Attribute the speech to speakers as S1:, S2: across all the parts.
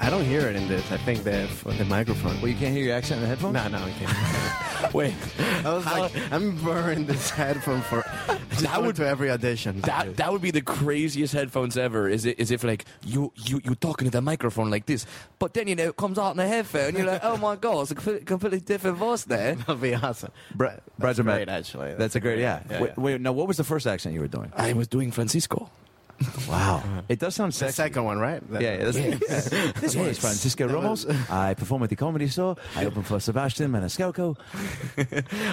S1: I don't hear it in this. I think the the microphone.
S2: Well, you can't hear your accent in the headphones?
S1: No, no, I can't. Wait, I was like, I'm burning this headphone for. I would
S3: would-
S1: to every audition.
S3: That that would be the craziest headphones ever. Is it? Is if like you you you talking to the microphone like this, but then you know it comes out in the headphone. You're like, oh my god, it's a completely, completely different voice there.
S1: would be awesome.
S2: Bra- Brad's a
S1: great,
S2: man.
S1: actually.
S2: That's a great, yeah.
S1: Yeah,
S2: wait,
S1: yeah.
S2: wait, now what was the first accent you were doing?
S3: I was doing Francisco.
S2: Wow. It does sound
S1: The
S2: sexy.
S1: second one, right? That-
S2: Yeah, yeah, that's, This one is
S3: Yes.
S2: Francisco Ramos. I perform at the Comedy Store. I open for Sebastian Maniscalco.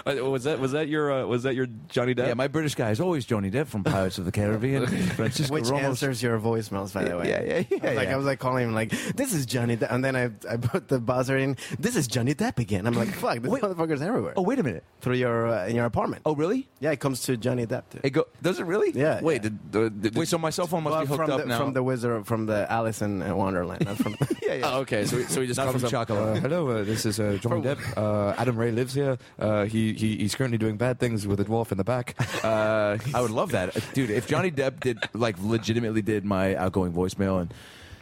S3: Was that was that your uh, was that your Johnny Depp?
S2: Yeah, my British guy is always Johnny Depp from Pirates of the Caribbean. Francisco
S1: Which
S2: Ramos.
S1: answers your voicemails, by the way.
S2: Yeah, yeah,
S1: I
S2: yeah,
S1: was like
S2: yeah.
S1: I was like calling him, like this is Johnny, Depp. and then I I put the buzzer in. This is Johnny Depp again. I'm like, fuck, this
S2: Wait.
S1: motherfucker's everywhere.
S2: Oh, wait a minute.
S1: through your uh, in your apartment.
S2: Oh, really?
S1: yeah, it comes to Johnny Depp. Too.
S2: It go- does it really?
S1: Yeah.
S3: Wait, did, did, did,
S2: Wait, so my cell phone must
S1: Well,
S2: be hooked
S1: from
S2: up
S1: the,
S2: now.
S1: from the wizard from the Alice in Wonderland. not from-
S2: yeah, yeah.
S3: Oh, okay. So, he- so he just
S2: Not
S3: comes
S2: from
S3: up.
S2: Chocolate.
S3: Uh, hello, uh, this is uh, Johnny Depp. Uh, Adam Ray lives here. Uh, he, he he's currently doing bad things with a dwarf in the back. Uh,
S2: I would love that, dude. If Johnny Depp did like legitimately did my outgoing voicemail and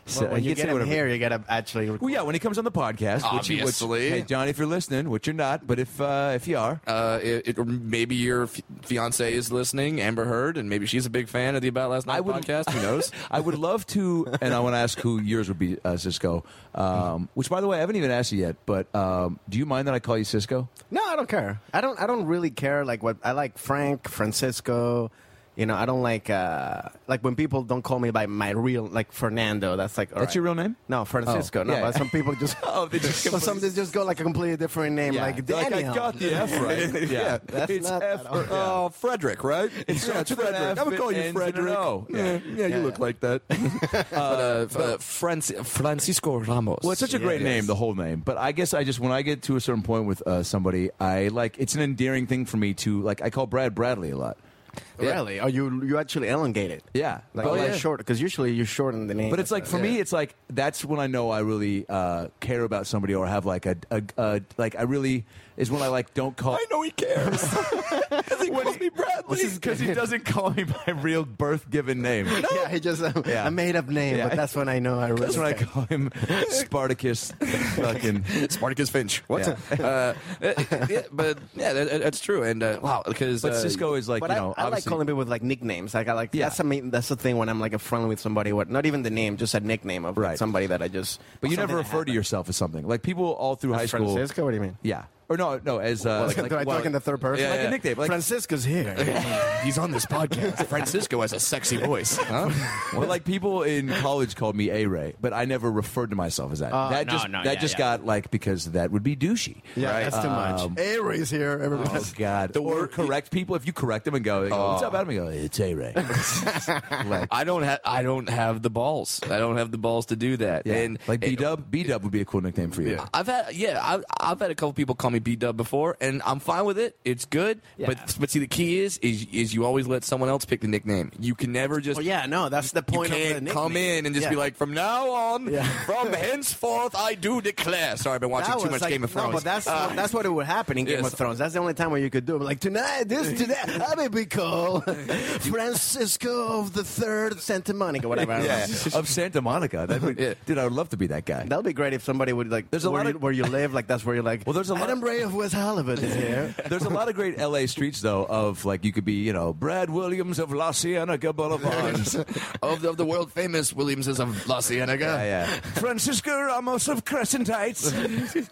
S2: said,
S1: Well, when
S2: he
S1: you
S2: could say
S1: get him
S2: whatever-
S1: here, you gotta actually.
S2: Well, yeah, when he comes on the podcast, which he- which-
S3: Obviously.
S2: hey, Johnny, if you're listening, which you're not, but if uh, if you are,
S3: uh, it, it, or maybe your f- fiance is listening, Amber Heard, and maybe she's a big fan of the About Last Night
S2: I would-
S3: podcast. Who knows?
S2: I would love to, and I want to ask who yours would be, uh, Cisco. Um, which, by the way, I haven't even asked you yet. But um, do you mind that I call you Cisco?
S1: No, I don't care. I don't. I don't really care. Like what I like Frank Francisco. You know, I don't like uh like when people don't call me by my real like Fernando. That's like all
S2: That's
S1: right.
S2: your real name?
S1: No, Francisco.
S2: Oh,
S1: no,
S2: yeah,
S1: but
S2: yeah.
S1: some people just.
S2: Oh, they just
S1: Well, some they just go like a completely different name, like
S2: They're
S1: Daniel.
S2: I got the F right. Yeah,
S1: that's
S2: it's
S1: not-
S2: F. uh,
S1: I don't-
S3: Oh, Frederick, right?
S2: It's, yeah, it's Frederick. I would call you Frederick. Oh, Yeah.
S3: you look like that. but, uh, uh, Franci- Francisco Ramos.
S2: Well, it's such a great
S3: Yes.
S2: name, the whole name. But I guess I just when I get to a certain point with uh, somebody, I like it's an endearing thing for me to like. I call Brad Bradley a lot.
S1: Really? Are you you actually elongate it?
S2: Yeah,
S1: Like,
S2: but,
S1: like
S2: yeah.
S1: short because usually you shorten the name.
S2: But it's like for me, it's like that's when I know I really uh, care about somebody or have like a, a, a like I really is when I like don't call.
S3: I know he cares. he calls me Bradley.
S2: because he doesn't call me by real birth given name.
S1: yeah, he just
S2: Yeah.
S1: a made up name,
S2: Yeah.
S1: but that's when I know I really.
S2: That's when I call him Spartacus. Fucking
S3: Spartacus Finch. What?
S2: Yeah.
S3: Uh, uh, yeah, but yeah, that, that's true. And uh, wow, because
S2: But
S3: uh,
S2: Cisco is like
S1: But
S2: you
S1: I-
S2: know.
S1: I, like
S2: obviously-
S1: calling people with like nicknames. Like I like
S2: Yeah.
S1: that's a main, that's the thing when I'm like a friend with somebody. What not even the name, just a nickname of like,
S2: Right.
S1: somebody that I just.
S2: But you never refer to yourself as something. Like people all through high school.
S1: Francisco. What do you mean?
S2: Yeah. Or no, no, as uh,
S1: Like, do I
S2: well,
S1: talk in the third person?
S3: yeah,
S2: like
S3: yeah.
S2: a nickname. Like,
S1: Francisco's here.
S3: he's on this podcast. Francisco has a sexy voice. Huh?
S2: but like people in college called me A Ray, but I never referred to myself as that.
S1: Oh,
S2: that
S1: no,
S2: just
S1: no,
S2: that
S1: yeah,
S2: just
S1: yeah.
S2: got like because that would be douchey.
S1: yeah, that's too
S2: Um,
S1: much. Aries here. Everybody.
S2: Oh God! or correct people if you correct them and go, they go, "What's up, Adam?" And go, "It's A Ray." like,
S3: I don't have I don't have the balls. I don't have the balls to do that.
S2: yeah.
S3: And
S2: like B Dub, B Dub would be a cool nickname for you.
S3: I've had yeah, I've, I've had a couple people call me B Dub before, and I'm fine with it. It's good, but but see, the key is is is you always let someone else pick the nickname. You can never just
S1: Oh yeah, no, that's the
S3: You
S1: point. of the
S3: can't
S1: nickname.
S3: come in and just
S1: Yeah.
S3: be like, from now on,
S1: Yeah.
S3: from henceforth, I do declare. Sorry, I've been watching
S1: That
S3: too
S1: was
S3: much
S1: like-
S3: Game of Thrones.
S1: No, but that's
S3: Uh,
S1: that's what it would happen in Game
S3: yes.
S1: of Thrones. That's the only time where you could do it. Like tonight, this today, I may be called Francisco of the Third Santa Monica, whatever. I don't
S2: Yeah,
S1: know.
S2: of Santa Monica. That would,
S3: Yeah.
S2: dude, I would love to be that guy.
S1: That would be great if somebody would like.
S2: There's a
S1: where
S2: lot
S1: you,
S2: of-
S1: where you live. Like that's where you're like.
S2: Well, there's a lot-
S1: Adam Ray of West Hollywood is here.
S2: There's a lot of great LA streets though. Of like, you could be, you know, Brad Williams of La Cienega Boulevard.
S3: of, the, of the world famous Williamses of La Cienega.
S2: Oh, yeah, yeah. Francisco Ramos of Crescent Heights. There's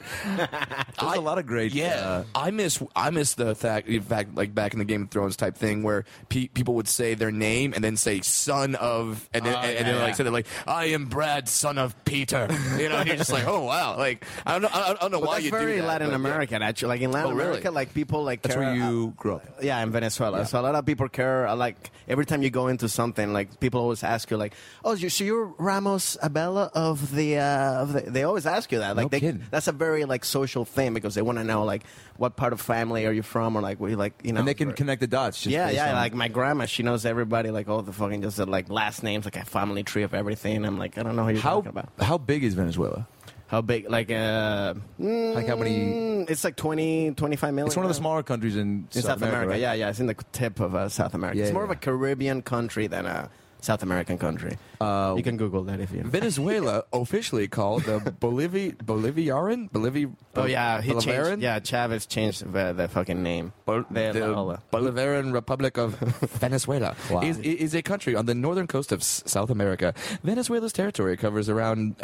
S3: I-
S2: a lot of great.
S3: Yeah,
S2: uh,
S3: I miss I miss the fact, in fact, like back in the Game of Thrones type thing where pe- people would say their name and then say son of, and then,
S1: Oh,
S3: and,
S1: yeah,
S3: then like
S1: yeah.
S3: so they're like I am Brad, son of Peter. You know, and you're just like, oh wow, like I don't know, I don't, I don't know
S1: But
S3: why
S1: that's
S3: you
S1: very
S3: do that.
S1: Latin
S3: but-
S1: America, actually. Like in Latin
S3: Oh, really?
S1: America, like people like
S2: That's
S1: care
S2: where
S1: a-
S2: you grew up.
S1: yeah, in Venezuela. So a lot of people care. uh, Like every time you go into something, like people always ask you, like, "Oh, you, so you're Ramos Abella of the?" Uh, of the they always ask you that. Like,
S2: No
S1: they,
S2: kidding.
S1: that's a very like social thing because they want to know like what part of family are you from or like we like you know.
S2: And they can connect the dots. Just
S1: yeah,
S2: based
S1: yeah.
S2: on-
S1: Like my grandma, she knows everybody. Like all the fucking just uh, like last names, like a family tree of everything. I'm like, I don't know who you're
S2: how
S1: talking about.
S2: how big is Venezuela?
S1: How big? Like uh,
S2: Like how many?
S1: mm, it's like 20, 25 million.
S2: It's one of the
S1: now.
S2: smaller countries in,
S1: in South America.
S2: right?
S1: Yeah, yeah, it's in the tip of uh, South America.
S2: Yeah,
S1: it's more
S2: yeah.
S1: of a Caribbean country than a South American country.
S2: Uh,
S1: you can Google that if you.
S3: Venezuela officially called the Bolivi Boliviaran Bolivi. uh,
S1: oh yeah, he
S3: Bolivaran?
S1: changed. Yeah, Chavez changed the, the fucking name.
S3: Bol-
S1: De La
S3: the
S1: Hola.
S3: Bolivaran Republic of Venezuela
S2: Wow.
S3: is, is a country on the northern coast of S- South America. Venezuela's territory covers around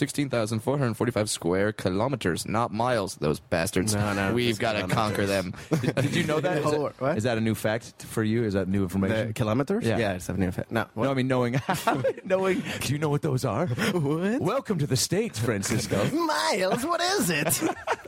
S3: 916,445 square kilometers, not miles, those bastards.
S1: No, no,
S3: We've
S1: just
S3: got to conquer them.
S2: Did, did you know that? Is,
S1: Oh,
S2: that
S1: what?
S2: is that a new fact for you? Is that new information?
S1: The kilometers?
S2: Yeah.
S1: yeah it's a new fact. No, what?
S2: No, I mean knowing, knowing. Do you know what those are? What? Welcome to the states, Francisco.
S1: miles. What is it?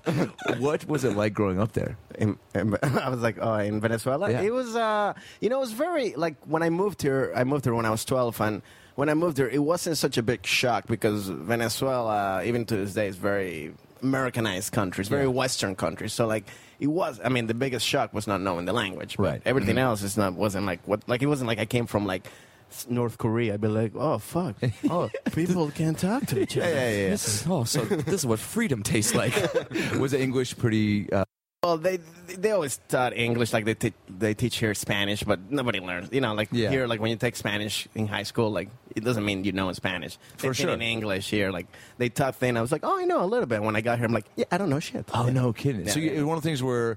S2: what was it like growing up there?
S1: in, in, I was like, oh, in Venezuela.
S2: Yeah.
S1: It was, uh, you know, it was very like when I moved here. I moved here when I was twelve, and when I moved here, it wasn't such a big shock because Venezuela, even to this day, is very Americanized country. It's very Western country. So like, it was. I mean, the biggest shock was not knowing the language. but
S2: Right.
S1: Everything else is not wasn't like what like it wasn't like I came from like. s- North Korea, I'd be like, oh fuck, oh people can't talk to each other.
S3: This is, oh, so this is what freedom tastes like.
S2: Was the English pretty? Uh,
S1: Well, they they always taught English like they t- they teach here Spanish, but nobody learns. You know, like
S2: Yeah.
S1: here, like when you take Spanish in high school, like it doesn't mean you know Spanish. They
S2: For
S1: did
S2: sure.
S1: in English here, like they taught thing. I was like, oh, I know a little bit. When I got here, I'm like, yeah, I don't know shit.
S2: oh no, kidding. so
S1: Yeah,
S2: you,
S1: yeah.
S2: one of the things where,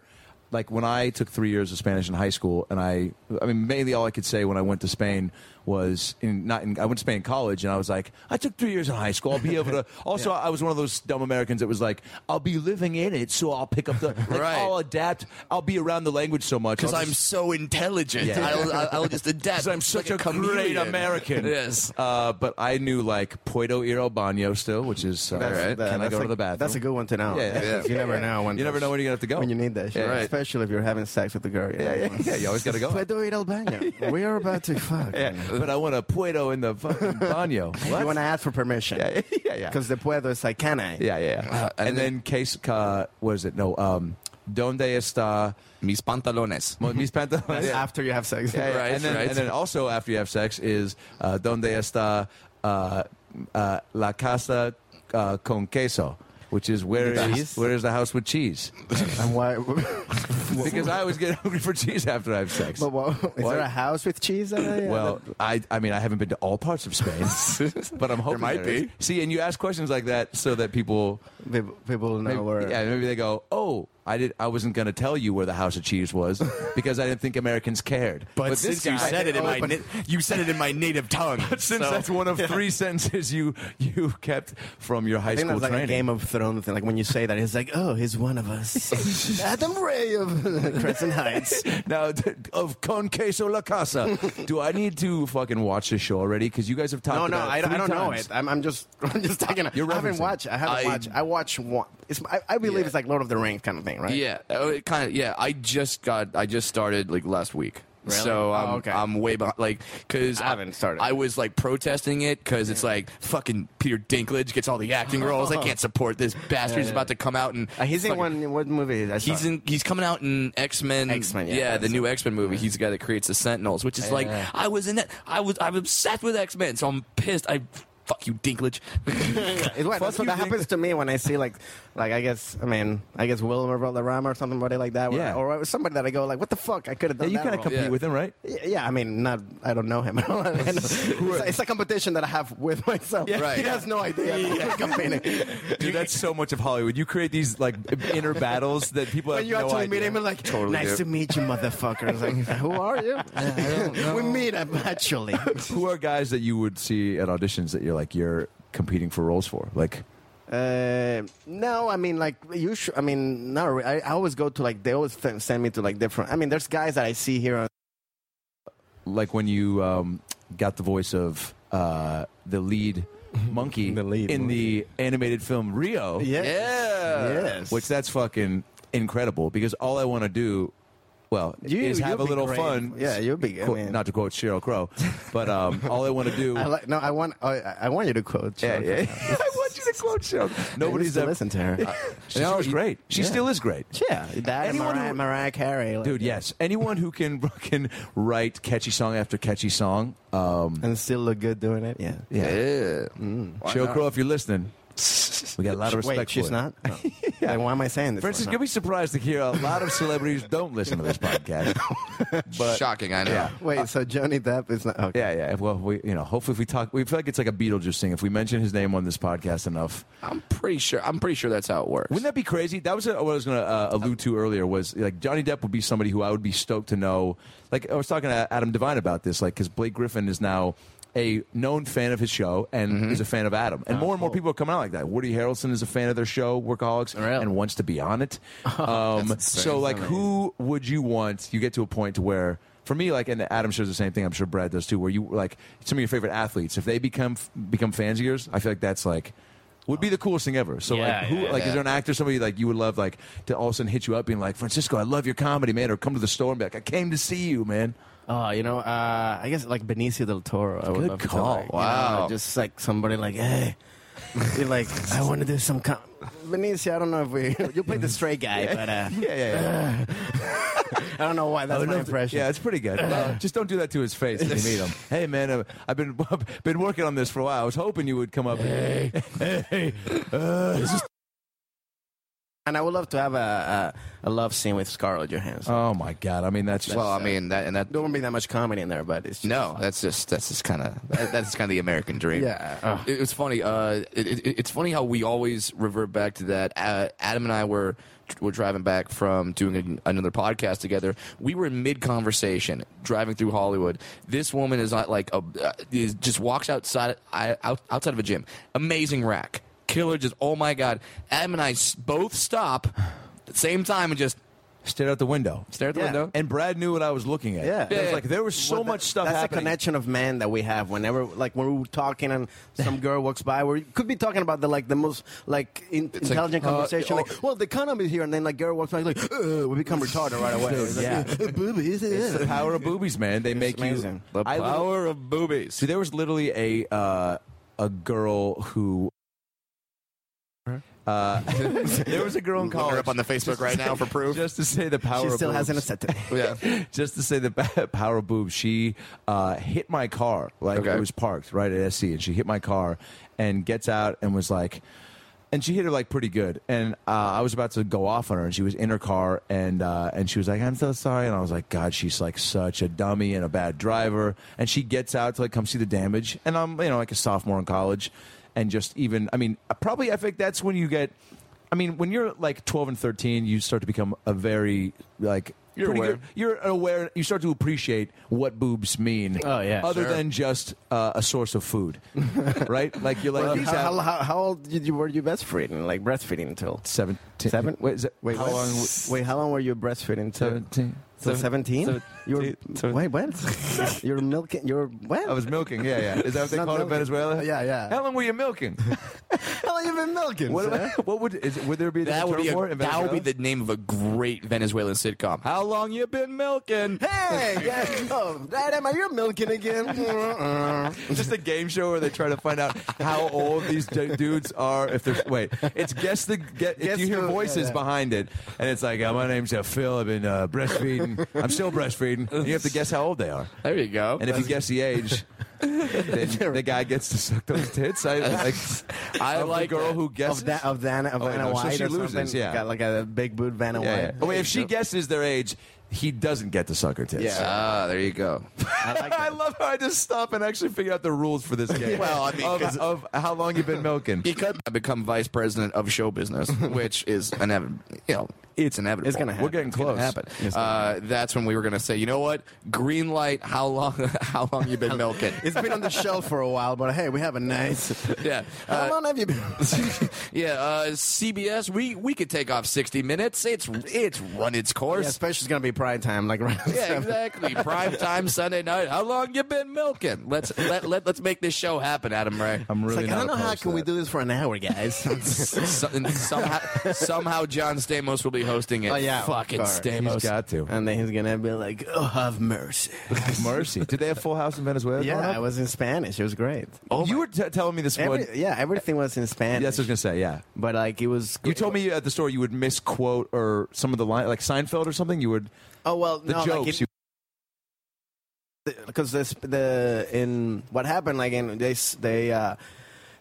S2: like, when I took three years of Spanish in high school, and I, I mean, mainly all I could say when I went to Spain was in not in. I went to Spain in college, and I was like, I took three years in high school. I'll be able to. Also, I was one of those dumb Americans that was like, I'll be living in it, so I'll pick up the. Like,
S3: Right.
S2: I'll adapt. I'll be around the language so much
S3: Because
S2: I'll
S3: I'm
S2: just-
S3: so intelligent.
S2: Yeah.
S3: I'll, I'll, I'll just adapt.
S2: Because I'm such
S3: like
S2: a, great
S3: chameleon.
S2: American.
S3: Yes.
S2: Uh, but I knew like Puerto Ir Baño still, which is uh,
S1: That's the-
S2: can I
S1: that's
S2: go
S1: a,
S2: to the bathroom?
S1: That's a good one to know.
S2: Yeah, yeah, yeah.
S1: 'cause You never know when
S2: You never know when you're gonna have to go.
S1: when you need that shit,
S2: Yeah, right.
S1: especially if you're having sex with the girl. you know.
S2: yeah, yeah, yeah, you always gotta go.
S1: Puedo ir al baño. We are about to fuck.
S2: Yeah, but I want a Puerto in the fucking Baño. What?
S1: You want to ask for permission?
S2: yeah, yeah, yeah.
S1: Because the puedo is like, can I?
S2: Yeah, yeah, yeah. and, then, case, uh, what is it? No, um, donde está
S3: Mis pantalones.
S2: mo- mis pantalones?
S1: That's
S2: Yeah.
S1: After you have sex.
S2: Yeah, yeah.
S3: Right,
S2: and, then,
S3: right.
S2: and then also after you have sex is uh, donde está uh, uh, la casa uh, con queso, which is where is
S1: Cheese?
S2: where is the house with cheese?
S1: And why?
S2: because I always get hungry for cheese after I have sex.
S1: But what, is
S2: Why-
S1: there a house with cheese? In it?
S2: Well, I, I mean, I haven't been to all parts of Spain, but I'm hoping
S3: might
S2: is.
S3: be.
S2: See, and you ask questions like that so that people,
S1: Maybe people know
S2: maybe,
S1: where.
S2: yeah, maybe they go, "Oh, I did. I wasn't going to tell you where the House of Cheese was because I didn't think Americans cared."
S3: But,
S2: this
S3: since you
S2: guy-
S3: said it in my na- you said it in my native tongue.
S2: since
S3: so-
S2: that's one of three sentences you you kept from your high
S1: I think
S2: school
S1: that's like
S2: training.
S1: a Game of Thrones thing. Like when you say that, it's like, oh, he's one of us. Adam Ray of Crescent Heights.
S2: now, t- of Con Queso La Casa. Do I need to fucking watch this show already? Because you guys have talked
S1: No, no,
S2: about
S1: I,
S2: it
S1: don't- I
S2: three
S1: don't know
S2: times.
S1: it. I'm, I'm just, I'm just taking. A,
S2: You're
S1: I haven't
S2: referencing.
S1: watched. I haven't
S3: I-
S1: watched. I watch one. It's, I, I believe
S3: Yeah.
S1: it's like Lord of the Rings kind of thing, right?
S3: Yeah, oh, it kind of. Yeah, I just got. I just started like last week.
S1: Really?
S3: So
S1: Oh,
S3: I'm,
S1: okay.
S3: I'm way behind. Like, cause
S1: I haven't started.
S3: I was like protesting it because it's like fucking Peter Dinklage gets all the acting roles. I can't support this bastard. He's about to come out and
S1: Uh, he's in
S3: fucking-
S1: one. What movie? Is that?
S3: He's in. He's coming out in X Men.
S1: X-Men, yeah,
S3: the
S1: that's
S3: new X Men movie. He's the guy that creates the Sentinels, which is like I was in that. I was. I'm obsessed with X Men, so I'm pissed. I fuck you, Dinklage.
S1: It was. That's what
S2: Fuck
S1: that
S2: you, Dick.
S1: happens to me when I see like, like I guess I mean I guess Wilmer Valderrama or somebody like that,
S2: Yeah.
S1: or, or somebody that I go like, what the fuck? I could have
S2: Yeah,
S1: done.
S2: you
S1: that
S2: kind of
S1: role.
S2: compete
S3: Yeah.
S2: with him, right?
S1: Yeah, yeah, I mean, not. I don't know him. it's, it's a competition that I have with myself.
S3: Right.
S1: He has no idea. Yeah. Competing.
S2: Dude, that's so much of Hollywood. You create these like inner battles that people
S1: When
S2: have
S1: you
S2: no
S1: actually
S2: idea.
S1: meet him, and like,
S3: Totally
S1: nice
S3: do.
S1: to meet you, motherfucker. It's like, who are you? we meet actually.
S2: Who are guys that you would see at auditions that you're like you're competing for roles for? Like,
S1: Uh, no, I mean, like, you should. I mean, not. Re- I, I always go to like. They always th- send me to like different. I mean, there's guys that I see here. On,
S2: like when you um, got the voice of uh, the lead monkey
S1: The lead
S2: in the animated film Rio.
S3: yeah.
S1: Yes.
S4: Which that's fucking incredible because all I want to do, well,
S1: You-
S4: is have
S1: you'll
S4: a
S1: be
S4: little
S1: great.
S4: fun.
S1: Yeah, you'll be- I
S4: Quote-
S1: mean-
S4: not to quote Cheryl Crow, but um, all I want to do.
S1: I like, no, I want oh, I, I want you to quote.
S4: yeah,
S1: Chuck.
S4: yeah. I want you to quote Cheryl. Nobody's
S1: to
S4: ever-
S1: listen to her.
S4: She
S2: No,
S4: was
S2: you-
S4: great. She
S1: yeah.
S4: still is great.
S1: yeah, that and
S4: Anyone
S1: Mariah,
S4: who-
S1: Mariah Carey, like,
S4: Dude, yes. Anyone who can can write catchy song after catchy song, um,
S1: and still look good doing it. Yeah,
S4: yeah.
S2: Why
S4: Cheryl
S2: not?
S4: Crow, if you're listening, we got a lot of respect
S1: Wait,
S4: for
S1: she's
S4: it.
S1: not. Then why am I saying this?
S4: For instance,
S1: right
S4: you'll
S1: now?
S4: be surprised to hear a lot of celebrities don't listen to this podcast. But
S2: Shocking, I know.
S4: yeah.
S1: Wait, so Johnny Depp is not. Okay.
S4: Yeah, yeah. If- Well, we, you know, hopefully, if we talk, we feel like it's like a Beetlejuice thing. If we mention his name on this podcast enough,
S2: I'm pretty sure. I'm pretty sure that's how it works.
S4: wouldn't that be crazy? That was uh, what I was going to uh, allude to earlier. Was like Johnny Depp would be somebody who I would be stoked to know. Like I was talking to Adam Devine about this, like because Blake Griffin is now a known fan of his show and is a fan of Adam, and more and more people are coming out like that. Woody Harrelson is a fan of their show, Workaholics,
S2: Really?
S4: and wants to be on it. Um, so, like, who would you want? You get to a point to where, for me, like, and Adam shows the same thing. I'm sure Brad does too. Where you like some of your favorite athletes, if they become become fans of yours, I feel like that's like would be the coolest thing ever. So,
S2: Yeah,
S4: like, who
S2: yeah,
S4: like is
S2: yeah.
S4: there an actor somebody like you would love like to all of a sudden hit you up being like Francisco, I love your comedy, man, or come to the store and be like, I came to see you, man.
S1: Oh, you know, uh, I guess like Benicio del Toro. I would
S4: Good
S1: love to,
S4: call.
S1: like, you
S2: Wow.
S1: know, just like somebody like, hey, you're like, I want to do some. Com- Benicio, I don't know if we. you played the straight guy, but uh,
S4: Yeah, yeah, yeah.
S1: I don't know why. That's my impression.
S4: Yeah, it's pretty good. Uh, just don't do that to his face when you meet him. Hey, man, uh, I've been been working on this for a while. I was hoping you would come up. Hey, hey, uh, this is-
S1: And I would love to have a, a, a love scene with Scarlett Johansson.
S4: oh my god! I mean, that's
S2: well, I mean that and that.
S1: there won't be that much comedy in there, but it's just,
S2: No, that's just that's just kind of that's kind of the American dream.
S1: Yeah. oh. Ugh.
S2: it, it's funny. Uh, it, it, it's funny how we always revert back to that. Uh, Adam and I were were driving back from doing an, another podcast together. We were in mid conversation driving through Hollywood. This woman is not like a uh, is, just walks outside I, out, outside of a gym. Amazing rack, killer. Just oh my god. Adam and I s- both stop at the same time and just
S4: stared out the window.
S2: stare at the
S1: Yeah.
S2: window.
S4: And Brad knew what I was looking at.
S1: Yeah.
S4: It was like there was so
S1: Well, that-
S4: much stuff
S1: That's
S4: happening.
S1: a connection of men that we have. Whenever, like, when we're talking and some girl walks by, we could be talking about the like the most like in, intelligent
S2: uh,
S1: conversation.
S2: oh.
S1: like, well, the economy is here, and then like girl walks by, like, "Ugh," we become retarded right away. It's like,
S4: yeah.
S1: "Uh, boobies, uh."
S4: It's the power of boobies, man. They make
S1: amazing.
S4: you.
S2: the
S4: I literally-
S2: power of boobies.
S4: See, there was literally a uh, a girl who. Uh, there was a girl in
S2: Call
S4: college.
S2: her up on the Facebook right now for proof.
S4: just to say the power.
S1: She
S4: of
S1: still
S4: boobs.
S1: hasn't accepted.
S2: yeah.
S4: Just to say the ba- power of boobs. She uh, hit my car. Like
S2: Okay.
S4: it was parked right at SC, and she hit my car, and gets out and was like, and she hit her like pretty good. And uh, I was about to go off on her, and she was in her car, and uh, and she was like, "I'm so sorry," and I was like, "God, she's like such a dummy and a bad driver." And she gets out to like come see the damage, and I'm you know like a sophomore in college, and just even I mean probably I think that's when you get. I mean, when you're like 12 and 13, you start to become a very like
S2: You're
S4: pretty
S2: aware.
S4: good- you're aware. You start to appreciate what boobs mean.
S1: Oh, yeah,
S4: Other
S2: sure.
S4: than just uh, a source of food, right? Like you're like
S1: Well,
S4: these
S1: how,
S4: out-
S1: how, how old did you, were you breastfeeding? Like breastfeeding until
S4: seven.
S1: seven?
S4: Wait, is it,
S1: Wait,
S4: how
S1: what?
S4: long?
S1: Wait, how long were you breastfeeding? till-
S4: Seventeen.
S1: Till seventeen? You were wait, what? you're milking. You're what?
S4: I was milking. Yeah, yeah. Is that what they
S1: Not
S4: call it in
S1: milking.
S4: Venezuela?
S1: Yeah, yeah.
S4: How long were you milking?
S1: How have you been milking?
S4: what,
S1: sir?
S4: what would is, would there be that
S2: That would be
S4: term for it
S2: a,
S4: in
S2: that would be
S4: Venezuela?
S2: the name of a great Venezuelan sitcom. How long you been milking?
S1: Hey, yeah, oh, that am I? You're milking again. Uh-uh.
S4: just a game show where they try to find out how old these d- dudes are. If they're wait, it's guess the get. if
S1: Guess
S4: you hear
S1: who- yeah,
S4: voices
S1: yeah.
S4: behind it, and it's like, uh my name's uh, Phil. I've been uh, breastfeeding. I'm still breastfeeding. And you have to guess how old they are.
S2: There you go.
S4: And if you guess the age, then the guy gets to suck those tits. I like.
S2: I
S4: of the
S2: like
S4: girl
S2: that.
S4: who guesses.
S1: Of that, of Vanna, of
S4: Oh,
S1: Vanna
S4: no, so
S1: White
S4: she
S1: or
S4: loses,
S1: something.
S4: yeah.
S1: Got like a big boot Vanna
S4: Yeah, yeah.
S1: White.
S4: Oh, wait, if she guesses their age, he doesn't get to suck her tits.
S1: Yeah.
S2: ah, there you go.
S4: I love how I just stop and actually figure out the rules for this game.
S2: Well, I mean, 'cause-
S4: of, of how long you've been milking.
S2: Because I become vice president of show business, which is inevitable. You know, it's inevitable.
S1: It's gonna happen.
S4: We're getting
S2: It's gonna happen.
S4: close.
S2: Uh, that's when we were gonna say, you know what? Green light. How long? How long you been milking?
S1: It's been on the shelf for a while, but hey, we have a nice.
S2: yeah.
S1: How
S2: Uh,
S1: long have you been?
S2: yeah. Uh, CBS. We we could take off sixty minutes. It's it's run its course.
S1: Especially it's gonna be prime time, like right.
S2: Yeah, exactly. Prime time Sunday night. How long you been milking? Let's let, let let's make this show happen, Adam Ray.
S4: I'm
S1: It's
S4: really
S1: like I don't know
S4: not
S1: how
S4: opposed to
S1: can we
S4: that.
S1: do this for an hour, guys.
S2: So- and somehow, somehow John Stamos will be hosting it.
S1: Oh, yeah, of
S2: fucking
S1: course.
S2: Stamos.
S4: He's got to.
S1: and then he's gonna be like, "Oh, have mercy."
S4: Mercy. Did they have Full House in Venezuela? growing
S1: yeah,
S4: up?
S1: I was in Spanish. It was great.
S4: you were t- telling me this one.
S1: Every, yeah, everything was in Spanish.
S4: Yes, I was gonna say. Yeah,
S1: but like it was.
S4: you told me at the store you would misquote or some of the line, like Seinfeld or something. You would
S1: Oh well,
S4: the
S1: no,
S4: jokes.
S1: Like
S4: you,
S1: it, because this the in what happened like in they s- they uh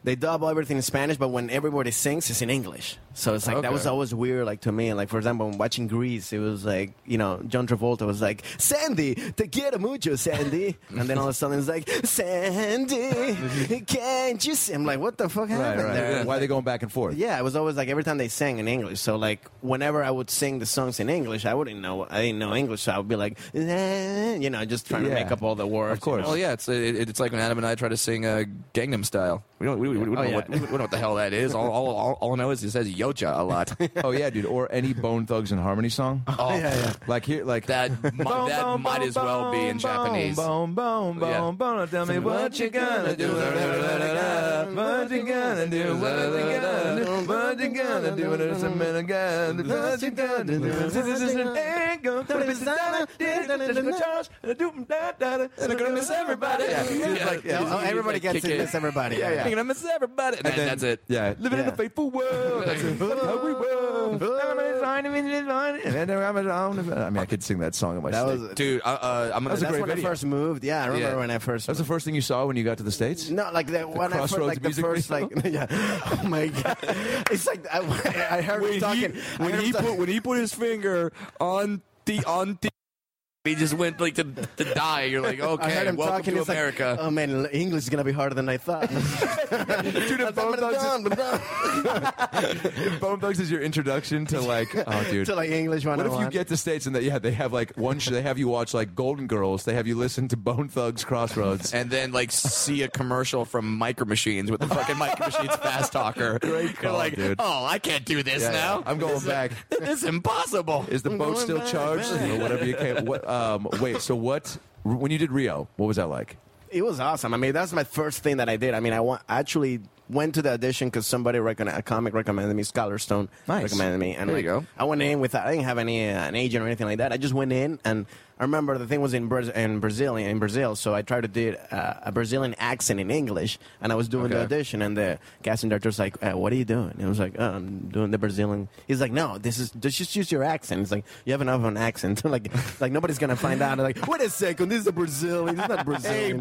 S1: they dub everything in Spanish, but when everybody sings, it's in English. So it's like that
S2: Okay.
S1: was always weird, like to me. Like for example, when watching Greece, it was like you know John Travolta was like Sandy, te quiero mucho, Sandy, and then all of a sudden it's like Sandy, can't you? See? I'm like, what the fuck
S4: right,
S1: happened
S4: right.
S1: there?
S4: Why are they going back and forth?
S1: Yeah, it was always like every time they sang in English. So like whenever I would sing the songs in English, I wouldn't know I didn't know English, so I would be like, "Eh," you know, just trying to
S4: Yeah.
S1: make up all the words.
S4: Of course.
S2: Well, yeah, it's it, it's like when Adam and I try to sing uh, Gangnam Style. We don't we, we, we don't
S1: Oh,
S2: know
S1: yeah.
S2: what we don't know what the hell that is. All all all, all I know is it says Yocha a lot.
S4: Oh yeah, dude. Or any Bone Thugs and Harmony song.
S2: Oh,
S4: Like here, like
S2: That mi-
S4: Bone,
S2: that
S4: bone,
S2: might
S4: bone,
S2: as well be in
S4: bone,
S2: Japanese.
S4: Bone, bone, bone,
S2: Yeah.
S4: bone. Tell me what you gonna do. What you gonna do? What you gonna do? What you gonna do? There's a man again. What you gonna do? This is an egg. Don't tell me it's not. This is a charge. And a doop, da, da, da. And I'm gonna miss everybody.
S2: Yeah.
S4: Yeah.
S2: Like,
S1: Yeah,
S2: yeah,
S1: oh,
S2: you
S1: everybody
S2: just
S1: gets
S2: kick
S1: it.
S2: it.
S1: Miss everybody.
S2: Yeah, yeah. I'm gonna miss everybody. And
S4: then-
S2: that's it.
S4: Yeah, living in
S1: Yeah.
S4: a faithful world. That's it. How we will. Everybody's fine, everybody's fine. And then I'm around. I mean, I could sing that song in my
S1: That
S4: sleep.
S1: was dude,
S2: Dude, uh, uh, I'm gonna.
S1: that's when I first moved. Yeah, I remember
S2: Yeah.
S1: when I first.
S4: That was the first thing you saw when you got to the states.
S1: no, like the, when I first,
S4: Crossroads
S1: like the
S4: music
S1: first,
S4: video?
S1: like yeah. Oh my god, it's like I, I heard him talking. I heard him talk-
S2: when he put his finger on the on the, he just went like to, to die. You're like,
S1: I heard
S2: okay,
S1: him
S2: welcome
S1: talking.
S2: to
S1: it's like,
S2: America.
S1: oh man, English is gonna be harder than I thought.
S4: Dude, if Bone Thugs, if Bone Thugs is your introduction to like, oh, dude.
S1: to like English one
S4: What if you get to states and that yeah they have like one sh- they have you watch like Golden Girls they have you listen to Bone Thugs Crossroads
S2: and then like see a commercial from Micro Machines with the fucking Micro Machines Fast Talker. Great
S4: call,
S2: You're like,
S4: dude.
S2: oh, I can't do this
S4: Yeah,
S2: now.
S4: yeah. I'm going
S2: this
S4: back.
S2: Is, this is impossible.
S4: is the boat still
S1: back,
S4: charged or whatever you can what um wait so what when you did Rio what was that like
S1: it was awesome. I mean, that's my first thing that I did. I mean, I wa- actually went to the audition because somebody recon- a comic recommended me, Scholar Stone
S4: Nice.
S1: recommended me, and
S2: There
S1: like,
S2: you go.
S1: I went in without I didn't have any uh, an agent or anything like that. I just went in, and I remember the thing was in Braz- in Brazil in Brazil, so I tried to do uh, a Brazilian accent in English, and I was doing the
S2: Okay.
S1: audition, and the casting director's like, uh, "What are you doing?" And I was like, oh, "I'm doing the Brazilian." He's like, "No, this is just just use your accent." It's like you have enough of an accent, like like nobody's gonna find out. And like, wait a second, this is a Brazilian, it's not
S2: Hey,
S1: Brazilian.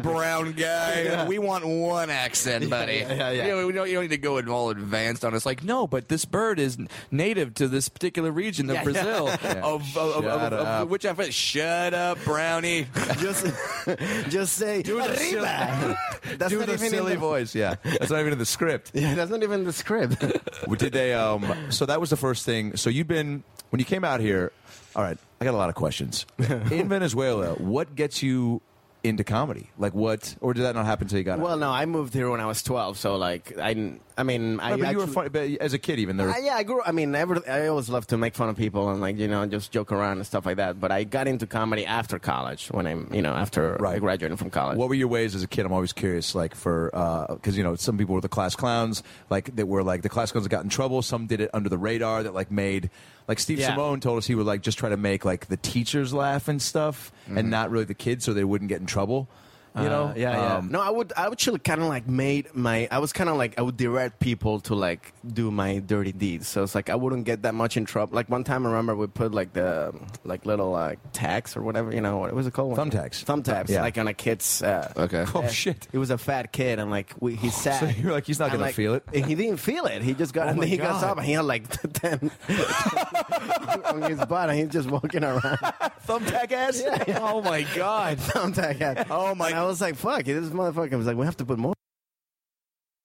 S2: brown guy, we want one accent, buddy.
S1: yeah, yeah, yeah.
S2: You, know, we don't, you don't need to go in all advanced on us. Like, no, but this bird is n- native to this particular region of
S1: Yeah, yeah.
S2: Brazil, Of, of, of, of-
S4: Shut
S2: of
S4: up.
S2: which I find. Shut up, brownie.
S1: just just say
S2: the silly-
S1: arriba. That's
S4: do the
S1: even in
S4: silly
S1: the-
S4: voice yeah that's not even in the script
S1: Yeah, that's not even the script.
S4: Well, Did they? Um, so that was the first thing. So you've been when you came out here. All right, I got a lot of questions. In Venezuela, what gets you into comedy? Like what, or did that not happen until you got
S1: well,
S4: out?
S1: no, I moved here when I was 12, so like I didn't- I mean, I
S4: No, but you were
S1: actually-
S4: funny, but as a kid, even there.
S1: I- yeah, I grew. I mean, every, I always loved to make fun of people and like you know just joke around and stuff like that. But I got into comedy after college when I'm you know after I
S4: Right.
S1: graduated from college.
S4: what were your ways as a kid? I'm always curious, like for because you know some people were the class clowns, like that were like the class clowns that got in trouble. Some did it under the radar, that like made like Steve
S1: Yeah.
S4: Simone told us he would like just try to make like the teachers laugh and stuff, and not really the kids, so they wouldn't get in trouble. You know,
S1: Mm-hmm. Uh, yeah, yeah.
S4: Um,
S1: no, I would, I would actually kind of like made my, I was kind of like, I would direct people to like do my dirty deeds. So it's like I wouldn't get that much in trouble. Like one time, I remember we put like the like little like tags or whatever, you know, what was it called?
S4: Thumbtacks.
S1: Thumbtacks.
S4: Yeah.
S1: Like on a kid's. Uh,
S2: Okay.
S4: Oh shit!
S1: It was a fat kid, and like we, he sat.
S4: So you're like, he's not
S1: and,
S4: gonna
S1: like,
S4: feel it? Oh
S1: and He didn't feel it. He just got, and
S4: my
S1: then he got
S4: God.
S1: up, and he had like ten on his butt, and he's just walking around.
S4: Thumbtack ass.
S2: Oh my god.
S1: Thumbtack. hat.
S2: Oh, my-
S1: And I was like, fuck, this motherfucker. I was like, we have to put more.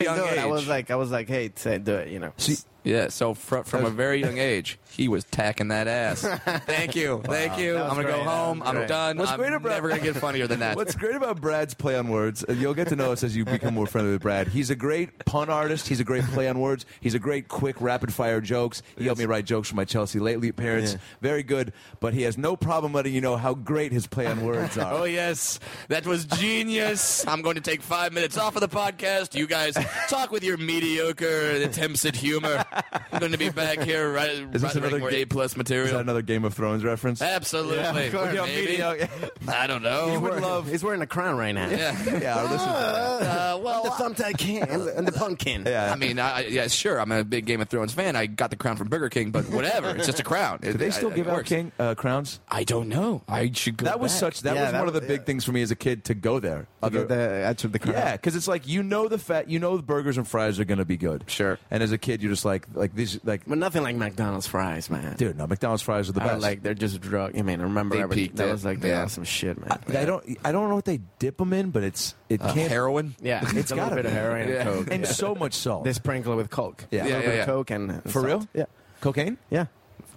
S2: Young
S1: No, and I
S2: age.
S1: was like, I was like, hey, say, do it, you know.
S4: So
S2: Yeah, so fr- from a very young age, he was tacking that ass. Thank you, thank you.
S1: was
S2: I'm gonna go
S1: great. That
S2: home.
S1: was
S2: I'm
S1: great.
S2: done.
S4: What's
S2: I'm
S4: great about-
S2: never gonna get funnier than that.
S4: What's great about Brad's play on words, and you'll get to know us as you become more friendly with Brad. He's a great pun artist. He's a great play on words. He's a great quick rapid fire jokes. He helped me write jokes for my Chelsea lately parents. Very good, but he has no problem letting you know how great his play on words are.
S2: Oh yes, that was genius. I'm going to take five minutes off of the podcast. You guys talk with your mediocre attempts at humor. I'm going to be back here right,
S4: this
S2: writing
S4: another
S2: more
S4: ga-
S2: A plus
S4: Is
S2: material.
S4: that another Game of Thrones reference?
S2: Absolutely.
S1: of course.
S4: Yeah,
S2: Maybe.
S4: video-
S2: I don't know.
S1: He's wearing-
S4: love-
S1: He's wearing a crown right now.
S2: yeah.
S4: yeah, our
S1: Ah.
S4: listeners-
S2: Uh, well,
S1: The thumbtack can and the- and the pumpkin.
S4: yeah.
S2: I mean, I, I- yeah, sure. I'm a big Game of Thrones fan. I got the crown from Burger King, but whatever. It's just a crown.
S4: Do they still give out king uh, crowns?
S2: I don't know. I should go.
S4: That was
S2: back.
S4: such. That
S1: Yeah,
S4: was
S1: that
S4: one of the
S1: was-
S4: big
S1: yeah.
S4: things for me as a kid to go there.
S1: You get
S4: Other-
S1: the edge of the crown.
S4: Yeah, because it's like you know the fat, you know the burgers and fries are gonna be good.
S2: Sure.
S4: And as a kid, you're just like, like these, like,
S1: But nothing like McDonald's fries, man.
S4: dude, no, McDonald's fries are the
S1: I
S4: best.
S1: like they're just drug. I mean, I remember
S2: They
S1: everything.
S2: peaked
S1: That
S2: it.
S1: was like the
S2: Yeah.
S1: awesome shit, man.
S4: I don't, I don't know what they dip them in, but it's it
S2: Uh,
S4: can't.
S2: heroin.
S1: yeah, it's
S4: It's
S1: a
S4: gotta
S1: little bit of
S4: be.
S1: heroin
S2: Yeah.
S1: and coke.
S4: and
S1: yeah.
S4: so much salt.
S1: they sprinkle it with coke. a
S4: Yeah.
S1: little
S2: Yeah,
S1: bit
S2: yeah,
S1: of
S2: yeah.
S1: coke and, and
S4: For
S1: salt.
S4: real?
S1: Yeah,
S4: cocaine?
S1: yeah,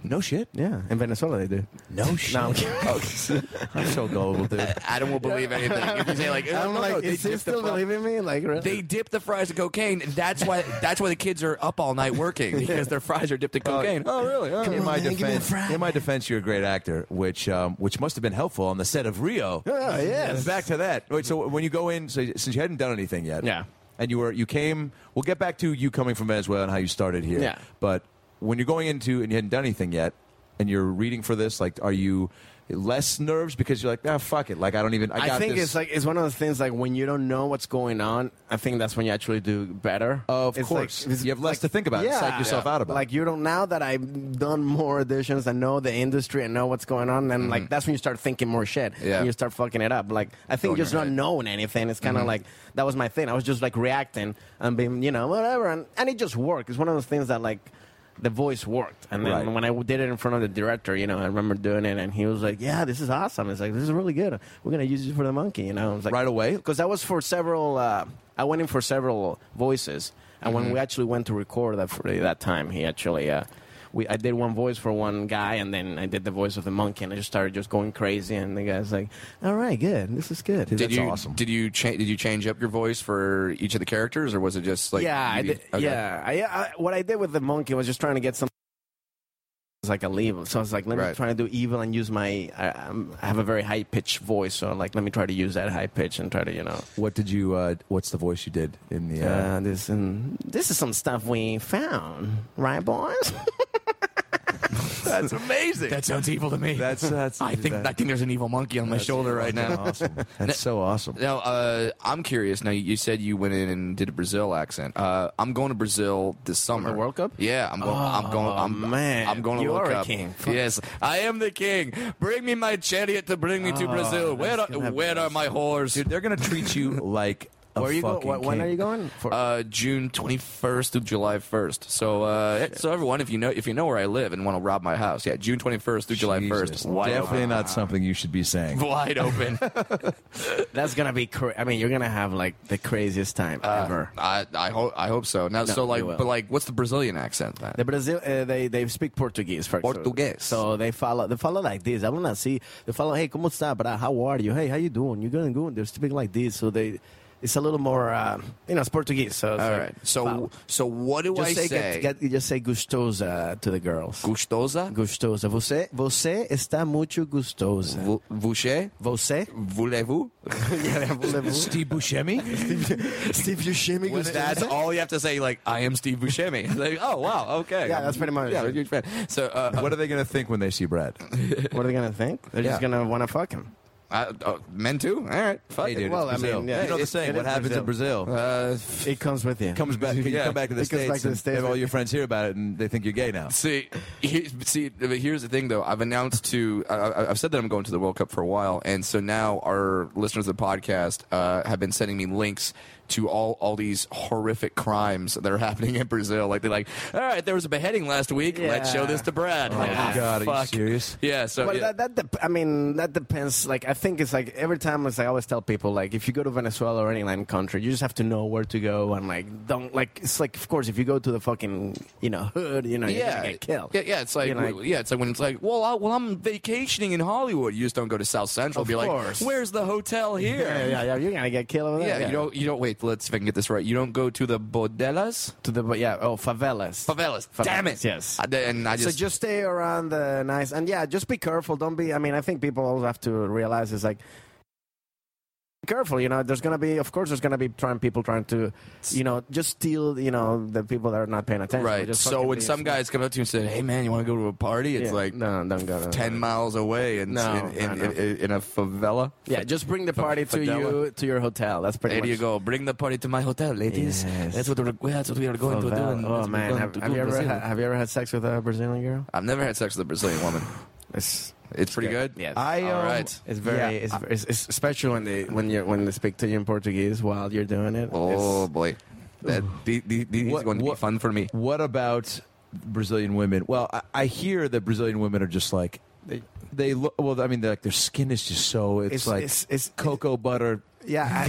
S4: No shit.
S1: yeah. In Venezuela, they do.
S4: No shit.
S1: No, I'm kidding.
S4: I'm so gullible, dude.
S2: Adam will believe anything. If you say like,
S1: I'm
S2: "Oh,
S1: like,
S2: no, they
S1: is he
S2: dip the
S1: still
S2: fri-
S1: believing me? Like, really?
S2: They dip the fries in cocaine. and That's why. That's why the kids are up all night working because their fries are dipped in cocaine.
S4: Oh, really? Oh.
S1: Come
S4: In
S1: on,
S4: my
S1: man, give me a
S4: defense,
S1: fry.
S4: in my defense, you're a great actor, which um, which must have been helpful on the set of Rio.
S1: Yeah, yes.
S4: And back to that. Wait, so when you go in, so since you hadn't done anything yet,
S1: Yeah.
S4: and you were you came. We'll get back to you coming from Venezuela and how you started here.
S1: Yeah.
S4: But when you're going into and you hadn't done anything yet, and you're reading for this, like, are you less nerves because you're like, ah, fuck it, like I don't even. I,
S1: I
S4: got
S1: think
S4: this.
S1: it's like it's one of those things like when you don't know what's going on. I think that's when you actually do better.
S4: Of
S1: It's
S4: course.
S1: it's
S4: You have less to think about.
S1: Yeah,
S4: Psych yourself out about.
S1: Like you don't now that I've done more editions, I know the industry, I know what's going on, and
S4: Mm-hmm.
S1: like that's when you start thinking more shit.
S2: Yeah.
S1: and you start fucking it up. Like I think
S2: Going
S1: just
S2: your
S1: not
S2: head.
S1: knowing anything. It's
S4: Mm-hmm.
S1: kind of like that was my thing. I was just like reacting and being you know whatever, and and it just worked. It's one of those things that like. The voice worked, and then
S4: Right.
S1: when I did it in front of the director, you know, I remember doing it, and he was like, "Yeah, this is awesome." It's like this is really good. We're gonna use you for the monkey, you know. I was like,
S4: Right away?
S1: because I was for several. Uh, I went in for several voices, and
S2: Mm-hmm.
S1: when we actually went to record that for that time, he actually. Uh, we, I did one voice for one guy, and then I did the voice of the monkey, and I just started just going crazy. And the guy's like, "All right, good, this is good."
S2: Did
S4: That's
S2: you
S4: awesome.
S2: did you change did you change up your voice for each of the characters or was it just like
S1: yeah, I
S2: you-
S1: did,
S2: okay.
S1: yeah. I, I, what I did with the monkey was just trying to get some. It's like a level, so I was like, let me
S2: Right.
S1: try to do evil and use my. I, I'm, I have a very high pitched voice, so like, let me try to use that high pitch and try to you know.
S4: what did you? Uh, what's the voice you did in the? Uh,
S1: Uh, this and this is some stuff we found, right, boys?
S4: that's amazing.
S2: That sounds evil to me.
S4: That's that's.
S2: I think
S4: that-
S2: I think there's an evil monkey on my shoulder right now.
S4: Awesome. That's so awesome.
S2: Now, uh, I'm curious. Now, you said you went in and did a Brazil accent. Uh, I'm going to Brazil this summer.
S1: the World Cup? Oh,
S2: Yeah, I'm going. I'm going. I'm,
S1: man.
S2: I'm going to
S1: You
S2: World
S1: are a
S2: Cup.
S1: king. Fuck.
S2: Yes, I am the king. Bring me my chariot to bring me to Brazil. Where are,
S1: Oh, gonna be
S2: where are my whores?
S4: Dude, they're gonna treat you like a
S1: Where are you going?
S4: fucking
S1: When
S4: king.
S1: are you going? For
S2: Uh, June 21st through July 1st. So, uh, so everyone, if you know if you know where I live and want to rob my house, yeah, June 21st through July
S4: Jesus,
S2: 1st. Wide
S4: Definitely not something you should be saying.
S2: open. Wide open.
S1: That's gonna be. Cra- I mean, you're gonna have like the craziest time ever.
S2: I, I hope I hope so. Now, so
S1: you
S2: like,
S1: will.
S2: but like, what's the Brazilian accent then?
S1: The Brazil, uh, they they speak Portuguese first.
S2: Portuguese.
S1: So they follow they follow like this. I wanna see. They follow. Hey, como está, brah? How are you? Hey, how you doing? You gonna go? They're speaking like this. So they, it's a little more. Uh, you know, it's Portuguese. So it's
S2: All
S1: like,
S2: right. So
S1: follow.
S2: so what do
S1: just
S2: I
S1: say,
S2: say?
S1: Get, get, just say gustosa to the girls.
S2: Gustosa,
S1: Gustosa. Você você está muito gustosa.
S2: Vou- voucher,
S1: Você?
S2: voulez-vous?
S4: Steve Buscemi?
S1: Steve Buscemi
S2: When That's all you have to say. Like, I am Steve Buscemi. Like, oh wow, okay.
S1: Yeah, that's pretty much
S2: Yeah,
S1: it.
S2: I'm a huge fan. So uh,
S4: what are they gonna think when they see Brad?
S1: What are they gonna think? They're just
S4: Yeah.
S1: gonna want to fuck him.
S2: I, oh, men too. All right, fuck
S4: Hey,
S2: it.
S4: dude,
S1: Well, I
S4: it's Brazil.
S1: mean, yeah,
S4: you know the
S1: it-
S4: saying.
S1: it
S4: What
S1: is
S4: happens in Brazil
S2: Uh,
S1: It comes with you.
S4: comes back. You
S2: Yeah.
S4: come back to the
S1: It comes
S4: states,
S1: back to the
S4: and-
S1: States.
S4: and all your friends hear about it, and they think you're gay now.
S2: See, he, see. but Here's the thing, though. I've announced to, I, I- I've said that I'm going to the World Cup for a while, and so now our listeners of the podcast uh, have been sending me links to all all these horrific crimes that are happening in Brazil. Like they're like, all right, there was a beheading last week. Let's
S1: Yeah. Oh,
S2: show this to Brad. Like,
S4: my
S2: ah,
S4: God, are you
S2: fuck.
S4: serious?
S2: Yeah. So
S1: Well,
S2: yeah.
S1: that, that dep I mean, that depends. Like, I think it's like every time, as I always tell people, like if you go to Venezuela or any Latin country, you just have to know where to go and like don't like. It's like, of course, if you go to the fucking you know hood, you know, you're
S2: yeah,
S1: gonna get killed.
S2: Yeah, yeah, it's like,
S1: You know, like-
S2: yeah, it's like when it's like, well, I, well, I'm vacationing in Hollywood. You just don't go to South Central.
S1: Of
S2: be
S1: course.
S2: like, where's the hotel here?
S1: yeah, yeah, yeah, You're gonna get killed. Over
S2: Yeah,
S1: there.
S2: you don't. You don't. Wait, let's see if I can get this right. You don't go to the bodelas,
S1: to the yeah. Oh, favelas.
S2: favelas. Damn it!
S1: Favelas, yes.
S2: I, and I just,
S1: so just stay around the nice and yeah, just be careful. Don't be. I mean, I think people also have to realize it's like. be Careful, you know. There's gonna be, of course, there's gonna be trying people trying to, you know, just steal, you know, the people that are not paying attention.
S2: right.
S1: Just
S2: So
S1: fucking
S2: when
S1: be-
S2: some guys come up to you and say, "Hey, man, you want to go to a party?" It's
S1: Yeah.
S2: like
S1: no, don't go. to-
S2: ten miles away, and
S1: No,
S2: in, in,
S1: no, no.
S2: In, in a favela.
S1: Yeah, just bring the party to
S2: Fidela.
S1: you to your hotel. That's pretty.
S2: There
S1: much.
S2: you go. Bring the party to my hotel, ladies.
S1: Yes.
S2: That's what we're, that's what we are going
S1: Oh,
S2: to do.
S1: Val-
S2: and
S1: oh
S2: that's what we're
S1: man,
S2: going
S1: have,
S2: to
S1: have
S2: do
S1: you
S2: in
S1: ever
S2: Brazil.
S1: had, have you ever had sex with a Brazilian girl?
S2: I've never had sex with a Brazilian woman.
S1: It's
S2: It's pretty good.
S1: Yes.
S4: I,
S2: All
S4: um,
S2: right.
S1: It's very,
S4: Yeah.
S1: it's, it's, it's especially when they when you when they speak to you in Portuguese while you're doing it.
S2: Oh boy, that the, the, the,
S4: What-
S2: is going to
S4: what-
S2: be fun for me.
S4: What about Brazilian women? Well, I, I hear that Brazilian women are just like they, they look. Well, I mean, they're like their skin is just so.
S1: It's-
S4: It's, like
S1: it's- it's-
S4: cocoa butter.
S1: it's, yeah, I,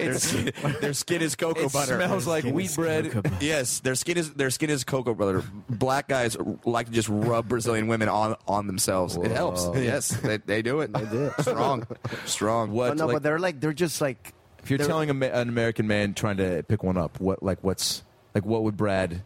S2: their skin is cocoa
S4: It smells like
S1: skin
S4: wheat
S1: is
S4: bread.
S1: cocoa butter.
S2: Yes, their skin is their skin is cocoa butter. Black guys like to just rub Brazilian women on on themselves. It helps. Yes, they, they do it. They do. Strong, strong.
S4: What?
S1: no,
S4: like,
S1: but they're like they're just like
S4: if you're
S1: they're-
S4: telling a ma- an American man trying to pick one up, what like what's like what would Brad?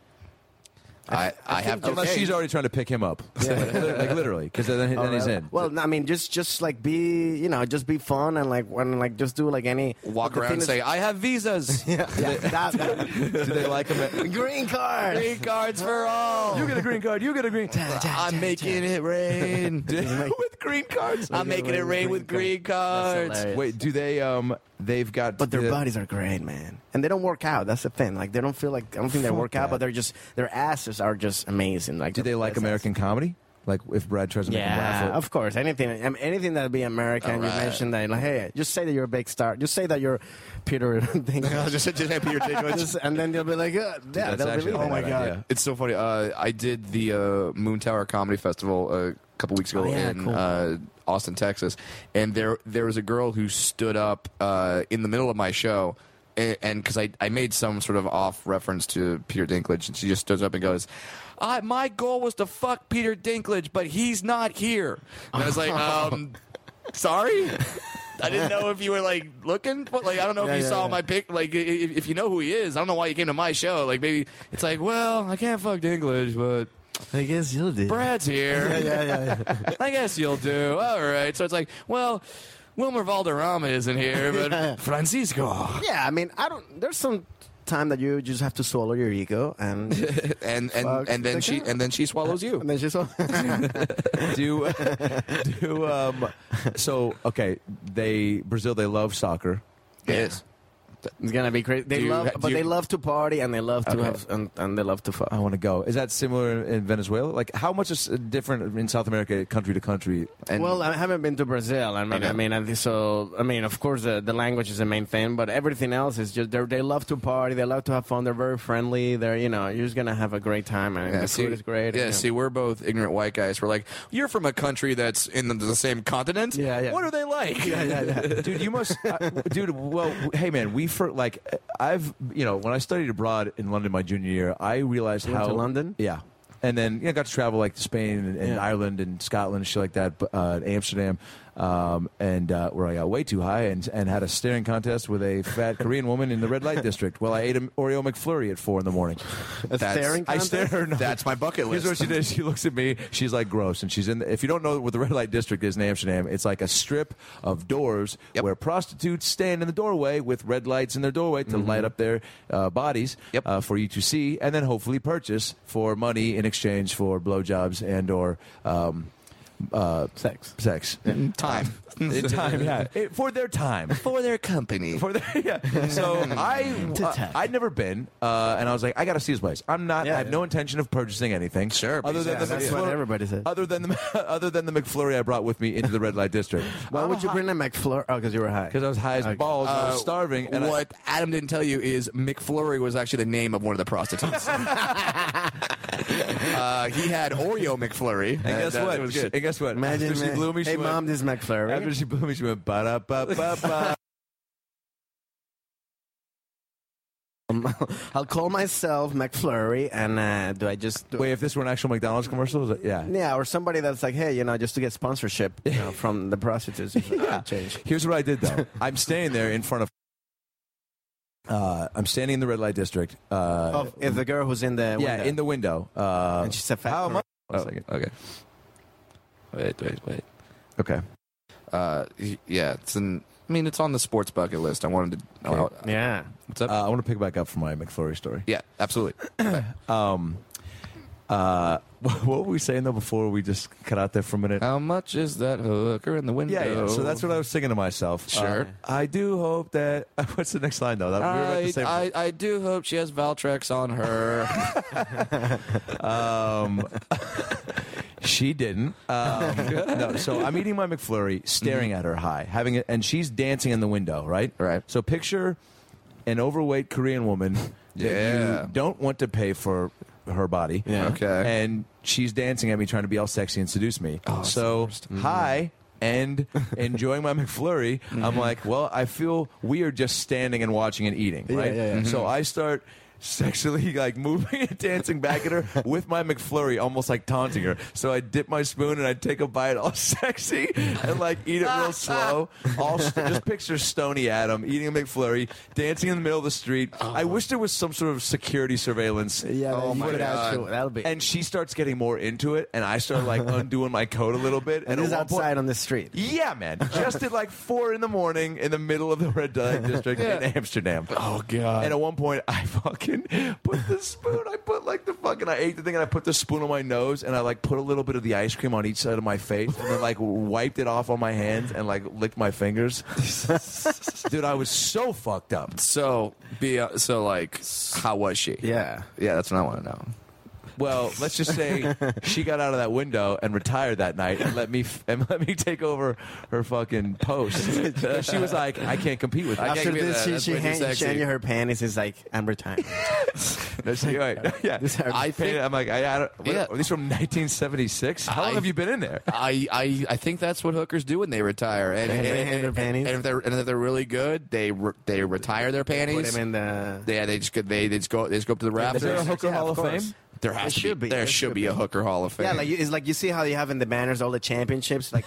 S2: I, I have to.
S4: Unless she's already trying to pick him up, like, li- like literally, because then, then he's in.
S1: Well, no, I mean, just just like be you know just be fun and like when like just do like any
S2: walk
S1: but the
S2: around
S1: thing
S2: and
S1: is-
S2: say, "I have visas,
S1: yeah, that- that-
S4: Do they like him?
S1: green card.
S2: green cards for all.
S4: You get a green card. You get a green.
S2: I'm making it rain with green cards. I'm making it rain with green cards."
S1: hilarious.
S4: Wait, do they? Um, they've got.
S1: But their
S4: the-
S1: bodies are great, man, and they don't work out. That's the thing. Like they don't feel like I don't think they
S4: Fuck
S1: work out,
S4: that.
S1: but they're just their asses are just amazing. Like
S4: Do they
S1: their
S4: like
S1: asses.
S4: American comedy? Like if Brad tries to make him laugh.
S1: Yeah, of course. Anything, um, anything that'd be American.
S2: Alright.
S1: You mentioned that, like, hey, just say that you're a big star. Just say that you're Peter. Dinklage.
S2: just, just happy you're taking
S1: Just- and then they'll be like, uh, yeah,
S4: that's
S1: they'll
S4: actually
S1: believe
S4: not
S1: it.
S4: a bad idea.
S2: It's so funny. Uh, I did the uh, Moon Tower Comedy Festival uh, a couple weeks ago
S1: Oh, yeah,
S2: in
S1: cool.
S2: uh, Austin, Texas, and there there was a girl who stood up uh, in the middle of my show. a- And because I, I made some sort of off reference to Peter Dinklage, and she just stood up and goes, I, My goal was to fuck Peter Dinklage, but he's not here. And I was like, um, Sorry? I didn't know if you were like looking, but like I don't know if
S1: Yeah,
S2: you
S1: yeah,
S2: saw
S1: yeah.
S2: my pick. Like i- if, if you know who he is, I don't know why you came to my show. Like maybe it's like, well, I can't fuck English, but
S1: I guess you'll do.
S2: Brad's here. I guess you'll do. All right. So it's like, well, Wilmer Valderrama isn't here, but
S1: Yeah.
S2: Francisco
S1: Yeah, I mean, I don't. There's some time that you just have to swallow your ego, and,
S2: and and
S1: Fuck
S2: and then
S1: the
S2: she
S1: guy.
S2: and then she swallows you.
S1: and then just
S4: do do um so okay they brazil they love soccer
S2: Yes.
S1: it's gonna be crazy. They
S2: Do you-
S1: love,
S2: do
S1: but
S2: you-
S1: they love to party, and they love to have, and, and they love to fuck.
S4: i want to go is that similar in venezuela like how much is different in south america country to country
S2: And
S1: well, I haven't been to Brazil. I mean,
S2: Okay.
S1: I mean, I think so I mean, of course, the, the language is the main thing, but everything else is just they're- they love to party, they love to have fun, they're very friendly. They're you know you're just gonna have a great time, and the food is great.
S2: Yeah,
S1: and,
S2: see, we're both ignorant white guys. We're like, you're from a country that's in the, the same continent.
S1: Yeah, yeah.
S2: What are they like? Yeah, yeah,
S4: dude you must uh, dude well w- hey man we for like i've you know when i studied abroad in london my junior year i realized
S1: You
S4: how
S1: went to London?
S4: yeah and then you know, got to travel like to Spain and, and
S1: Yeah.
S4: Ireland and Scotland and shit like that, but, uh, and Amsterdam, um, and uh, where I got way too high and, and had a staring contest with a fat Korean woman in the red light district. Well, I ate an Oreo McFlurry at four in the morning.
S1: A staring
S4: I
S1: contest?
S4: stare. No,
S2: That's my bucket
S4: Here's
S2: list.
S4: what she did. She looks at me. She's like, gross. And she's in. The, if you don't know what the red light district is in Amsterdam, it's like a strip of doors
S2: Yep.
S4: where prostitutes stand in the doorway with red lights in their doorway to light up their uh, bodies
S2: Yep.
S4: uh, for you to see, and then hopefully purchase for money in exchange for blowjobs and or um,
S1: sex.
S4: sex.
S2: Time.
S4: in time, yeah, It- for their time.
S2: for their company.
S4: For their, yeah. So I, uh, I'd never been, uh, and I was like, I got to see this place. I'm not.
S1: Yeah,
S4: I have
S1: yeah.
S4: no intention of purchasing anything.
S2: Sure,
S4: Other than
S2: yeah,
S4: the Uh,
S1: that's
S4: McFlurry-
S1: what everybody says.
S4: Other than the other than the McFlurry I brought with me into the red light district.
S1: Why would you bring a McFlurry? Oh, because you were high.
S4: Because I was high as balls, and I
S1: Uh,
S4: was starving, and I-
S2: Uh, what Adam didn't tell you is McFlurry was actually the name of one of the prostitutes. uh, he had Oreo McFlurry. And,
S4: guess
S2: uh,
S4: what?
S2: It was good.
S4: And guess what?
S1: Imagine,
S4: After she
S1: man.
S4: blew me, she
S1: hey,
S4: went-
S1: mom, this is McFlurry.
S4: After she blew me, she went ba da ba ba ba.
S1: Um, I'll call myself McFlurry, and uh, do I just do
S4: Wait, if this were an actual McDonald's commercial, is it- yeah.
S1: Yeah, or somebody that's like, hey, you know, just to get sponsorship you know, from the prostitutes. yeah. Change.
S4: Here's what I did though. I'm staying there in front of. Uh, I'm standing in the red light district. Uh,
S1: Oh, it's the girl who's in the
S4: yeah,
S1: window.
S4: in the window. Uh,
S1: and she's a fat.
S4: how am I?
S1: girl.
S4: One second.
S2: Okay. Wait, wait, wait.
S4: Okay.
S2: Uh, y- yeah, it's an. I mean, it's on the sports bucket list. I wanted to.
S4: Okay.
S2: oh,
S1: Yeah.
S2: what's up?
S4: Uh, I want to pick back up from my McFlurry story.
S2: yeah, absolutely.
S4: Um, uh, what were we saying though before we just cut out there for a minute?
S2: How much is that hooker in the window?
S4: yeah, yeah. So that's what I was singing to myself.
S2: Sure.
S4: Uh, I do hope that. What's the next line though? That, we were about
S2: I,
S4: to say.
S2: I, I do hope she has Valtrex on her.
S4: Um, she didn't. Um, no, so I'm eating my McFlurry, staring
S2: Mm-hmm.
S4: at her high, having it, and she's dancing in the window, right?
S2: Right.
S4: So picture an overweight Korean woman that
S2: Yeah.
S4: you don't want to pay for her body.
S1: Yeah.
S2: Okay.
S4: And she's dancing at me, trying to be all sexy and seduce me.
S2: Oh, that's the
S4: so
S1: Mm-hmm.
S2: worst.
S4: hi. And enjoying my McFlurry, I'm
S1: Mm-hmm.
S4: like, well, I feel weird just standing and watching and eating, right?
S1: yeah, Mm-hmm. yeah.
S4: So I start sexually like moving and dancing back at her with my McFlurry, almost like taunting her. So I dip my spoon and I take a bite, all sexy, and like eat it real slow. All st- just picture Stony Adam eating a McFlurry, dancing in the middle of the street. I wish there was some sort of security surveillance.
S1: Oh. Yeah,
S2: Oh
S1: you
S2: my
S1: would
S2: God.
S1: actually- that'll be.
S4: And she starts getting more into it, and I start like undoing my coat a little bit.
S1: and
S4: at
S1: this is
S4: one point-
S1: outside on the street.
S4: yeah, man. Just at like four in the morning in the middle of the red light district in Amsterdam.
S2: oh God.
S4: And at one point, I fucking put the spoon. I put like the fucking. I ate the thing, and I put the spoon on my nose, and I like put a little bit of the ice cream on each side of my face, and then like wiped it off on my hands, and like licked my fingers. Dude, I was so fucked up.
S2: so be uh, so like, how was she?
S1: Yeah.
S2: Yeah, that's what I want to know.
S4: Well, let's just say she got out of that window and retired that night, and let me f- and let me take over her fucking post. she was like, I can't compete with
S2: I
S4: that.
S2: can't
S1: After
S2: give you
S1: this,
S2: that.
S1: she,
S2: That's
S1: she,
S2: way too
S1: hang, she
S2: sexy.
S1: hanging her panties is like, I'm retired.
S4: No, she- right. yeah.
S1: These are-
S4: I painted, I'm like, I, I don't, what,
S2: Yeah.
S4: are these from 1976? How long
S2: I-
S4: have you been in there?
S2: I, I I think that's what hookers do when they retire, and and,
S1: hang
S2: and,
S1: their panties?
S2: and if they're and if they're really good, they re- they retire their
S1: Put
S2: panties.
S1: him in the.
S2: yeah, they just go, they, they just go they just go up to the
S4: Is there a
S2: rafters.
S4: hooker
S1: Yeah,
S4: hall of
S1: of course.
S4: fame?
S2: There
S1: There
S2: has to
S1: should
S2: be,
S1: be.
S2: there
S1: There
S2: should
S1: should
S2: be a hooker hall of fame.
S1: Yeah, like you, it's like you see how you have in the banners all the championships, like,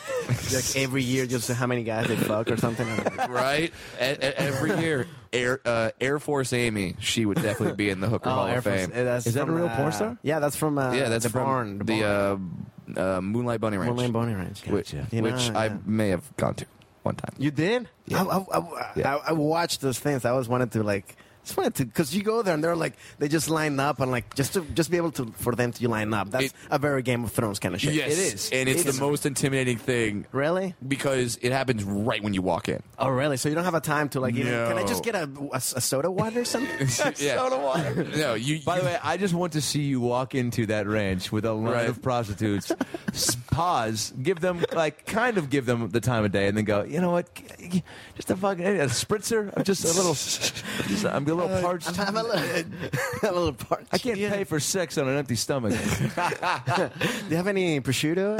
S1: like every year, just how many guys they fuck or something.
S2: right? E- e- every year, Air uh, Air Force Amy, she would definitely be in the Hooker Hall
S1: Air
S2: of Fame.
S1: Force- uh, that's
S4: Is that a
S1: from,
S4: real
S1: uh,
S4: porn star?
S1: Yeah, that's from uh,
S2: yeah, that's
S1: the
S2: from
S1: barn, the,
S2: the
S1: barn.
S2: uh, uh, Moonlight Bunny Ranch,
S1: Moonlight Bonnie Ranch.
S2: whi- which,
S4: Gotcha.
S1: You know,
S2: I
S1: yeah.
S2: may have gone to one time.
S1: You did?
S2: Yeah.
S1: I, I, I,
S2: Yeah.
S1: I, I watched those things. I always wanted to like. Just wanted to, cause you go there and they're like they just line up and like just to just be able to for them to line up. That's
S2: It-
S1: a very Game of Thrones kind of shit.
S2: yes,
S4: it is.
S2: and it's the most intimidating thing
S1: Really?
S2: because it happens right when you walk in.
S1: Oh, really? So you don't have a time to like? Even, can I just
S2: No.
S1: get a, a, a soda water or something?
S2: yeah.
S4: Soda water.
S2: No, you.
S4: By the
S2: you-
S4: way, I just want to see you walk into that ranch with a line
S2: Right.
S4: of prostitutes. s- pause, give them like kind of give them the time of day, and then go. You know what? Just a fucking a spritzer. I'm just a little. Just, I'm a little parched.
S1: I'm a little, I'm a little parched.
S4: I can't pay for sex on an empty stomach.
S1: Do you have any prosciutto?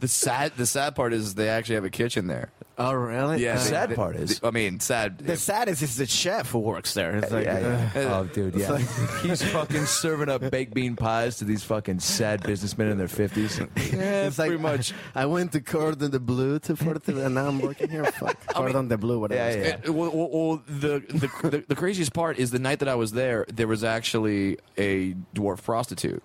S2: the sad the sad part is they actually have a kitchen there.
S1: oh, really?
S2: Yeah,
S4: The
S2: they-
S4: sad
S2: they-
S4: part is-
S2: they- I mean, sad.
S1: The saddest is the chef who works there. It's like,
S4: Yeah, yeah.
S2: uh,
S4: Oh, dude, yeah. He's fucking serving up baked bean pies to these fucking sad businessmen in their 50s.
S1: it's like,
S4: pretty much.
S1: I went to Cordon the Blue to for the, and now I'm working here. Fuck, Cordon the Blue, whatever.
S4: yeah,
S1: it's
S4: yeah.
S1: called.
S2: It- well, well, well, the, the, the the craziest part is the night that I was there, there was actually a dwarf prostitute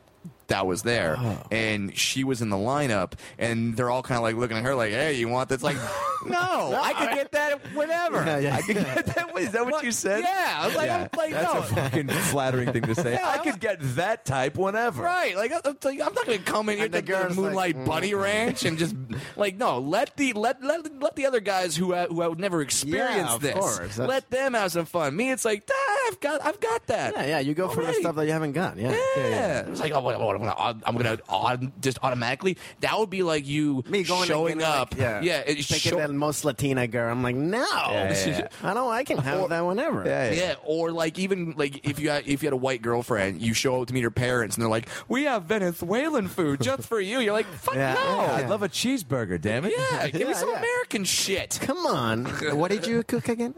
S2: that was there, and she was in the lineup, and they're all kind of like looking at her like, "Hey, you want this?" Like, no, I could get that whenever.
S1: Yeah, yeah.
S2: I could get that. Is that what you said? Yeah, I was like, I'm like,
S4: That's
S2: no,
S4: a fucking flattering thing to say.
S2: Yeah,
S4: I could get that type whenever.
S2: Right, like I- I'm, telling you, I'm not going to come in here
S1: And the
S2: to the
S1: girl's
S2: Moonlight
S1: like, "Mm-hmm."
S2: Bunny Ranch and just like no, let the let let, let the other guys who uh, who have never experienced
S1: of
S2: this
S1: course, that's-
S2: let them have some fun. Me, it's like ah, I've got I've got that.
S1: Yeah, yeah. You go for the
S2: Already.
S1: stuff that you haven't got. Yeah.
S2: Yeah. It was like, oh, what, what, I'm gonna, aut- I'm gonna aut- just automatically. That would be like you
S1: Me going and
S2: showing
S1: getting, like,
S2: up.
S1: yeah.
S2: yeah, it's
S1: Picking
S2: show-
S1: that most Latina girl. I'm like, no.
S4: yeah, yeah.
S1: I don't. I can have that whenever.
S4: Yeah, yeah.
S2: Yeah, or like even like if you had, if you had a white girlfriend, you show up to meet her parents, and they're like, "We have Venezuelan food just for you." You're like, "Fuck
S1: Yeah.
S2: no!"
S1: Yeah.
S4: I'd love a cheeseburger, damn it.
S2: Yeah, give
S1: Yeah,
S2: me some
S1: yeah.
S2: American shit.
S1: Come on. what did you cook again?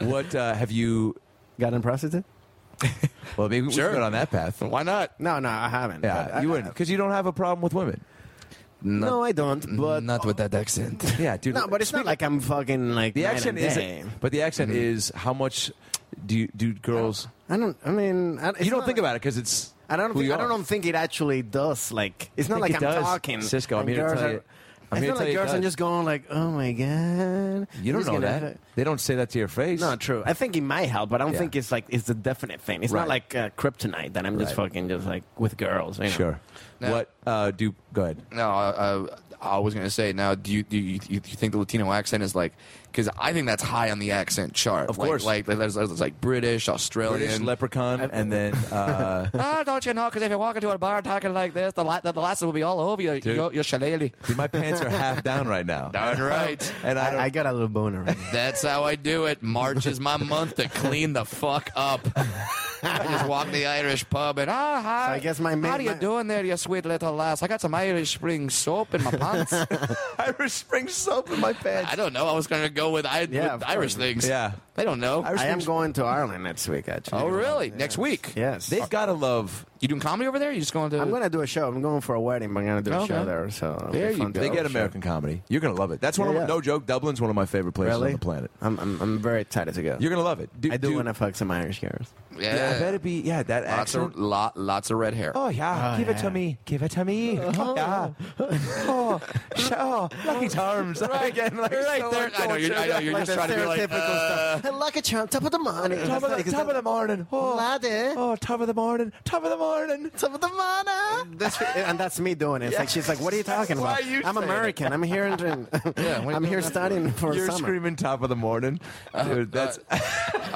S4: What uh, have you?
S1: Got in prostitute?
S4: Well, maybe we should
S2: Sure.
S4: go on that path.
S2: Why not?
S1: No, no, I haven't. But
S4: Yeah,
S1: I-
S4: you wouldn't, because you don't have a problem with women.
S1: No, I don't. But
S2: not with that accent.
S4: Yeah, dude.
S1: no, but it's not like I'm fucking like
S4: the
S1: night
S4: accent
S1: and
S4: is.
S1: day.
S4: But the accent
S2: Mm-hmm.
S4: is how much do you, do girls?
S1: I don't. I mean, I, it's
S4: you don't
S1: not-
S4: think about it because it's.
S1: I don't.
S4: who
S1: Think,
S4: you
S1: I
S4: are.
S1: don't think it actually does. Like, it's not
S4: think
S1: like
S4: it
S1: I'm
S4: does,
S1: talking.
S4: Cisco, I'm
S1: and
S4: here to
S1: girls
S4: tell
S1: are-
S4: you- I'm
S1: it's
S4: here to
S1: not
S4: tell
S1: like
S4: you it
S1: girls are
S4: does.
S1: just going like, oh my god.
S4: You don't
S1: He's
S4: know
S1: gonna
S4: that.
S1: have-
S4: They don't say that to your face.
S1: No, true. I think it might help, but I don't
S4: Yeah.
S1: think it's like it's a definite thing. It's
S4: Right.
S1: not like uh, kryptonite that I'm just
S4: Right.
S1: fucking just like with girls. You know?
S4: Sure.
S2: No.
S4: What uh, do? Go ahead.
S2: No, uh, I was gonna say. Now, do you do you, you think the Latino accent is like? Because I think that's high on the accent chart.
S4: Of
S2: Like-
S4: course.
S2: like, like, there's, there's like British, Australian.
S4: British leprechaun, and then uh,
S2: Ah, don't you know? Because if you walk into a bar talking like this, the la- the, the license will be all over you. Your, your shillelagh.
S4: dude, my pants are half down right now,
S2: Darn right.
S4: and I
S1: I,
S4: don't.
S1: I got a little boner. Right now.
S2: That's how I do it. March is my month to clean the fuck up. I just walk the Irish pub and ah, hi.
S1: So I guess my
S2: how
S1: main-
S2: are you
S1: my-
S2: doing there, you sweet little lass? I got some Irish Spring soap in my pants.
S4: Irish spring soap in my pants.
S2: I don't know. I was gonna go with, I,
S1: Yeah, of
S2: with Irish
S1: course.
S2: things.
S4: Yeah.
S2: I don't know.
S4: Irish-
S1: I am going to Ireland next week. Actually.
S2: oh, really? Next week?
S1: Yes.
S4: They've got to love.
S2: You doing comedy over there? You just going to?
S1: I'm gonna do a show. I'm going for a wedding, but I'm gonna do a
S2: Okay.
S1: show there. So it'll be
S2: There you
S1: fun to
S2: go.
S4: They
S1: do
S4: get
S1: a show.
S4: American comedy. You're gonna love it. That's one
S1: Oh, Yeah,
S4: of my,
S1: yeah.
S4: no joke. Dublin's one of my favorite places
S1: Really?
S4: on the planet.
S1: I'm, I'm I'm very excited to go.
S4: You're gonna love it.
S1: I do
S4: dude,
S1: want to fuck some Irish girls.
S2: yeah.
S4: Yeah, I bet it be. Yeah, that
S2: lots
S4: accent.
S2: of lot, lots of red hair.
S4: Oh yeah,
S1: Oh,
S4: give it
S1: yeah.
S4: to me, give it to me. Yeah. Oh, sh- oh, lucky charms. Again, like,
S2: Right there. I know you're- I know you're
S1: Like
S2: just
S1: the
S2: trying to be like. uh,
S1: stereotypical stuff. Hey, Lucky charm, top of the morning.
S4: Top of, the, top of the morning. Oh,
S1: Laddie.
S4: Oh, top of the morning. Top of the morning.
S1: Top of the morning. That's, eh, and that's me doing it. It's Like she's like, "What are you talking
S2: Why
S1: about?
S2: are you
S1: I'm
S2: saying
S1: American. I'm here and
S2: Yeah, what are you
S1: I'm
S2: doing
S1: here
S2: that
S1: studying for
S4: You're
S1: summer
S4: screaming top of the morning. Dude, that's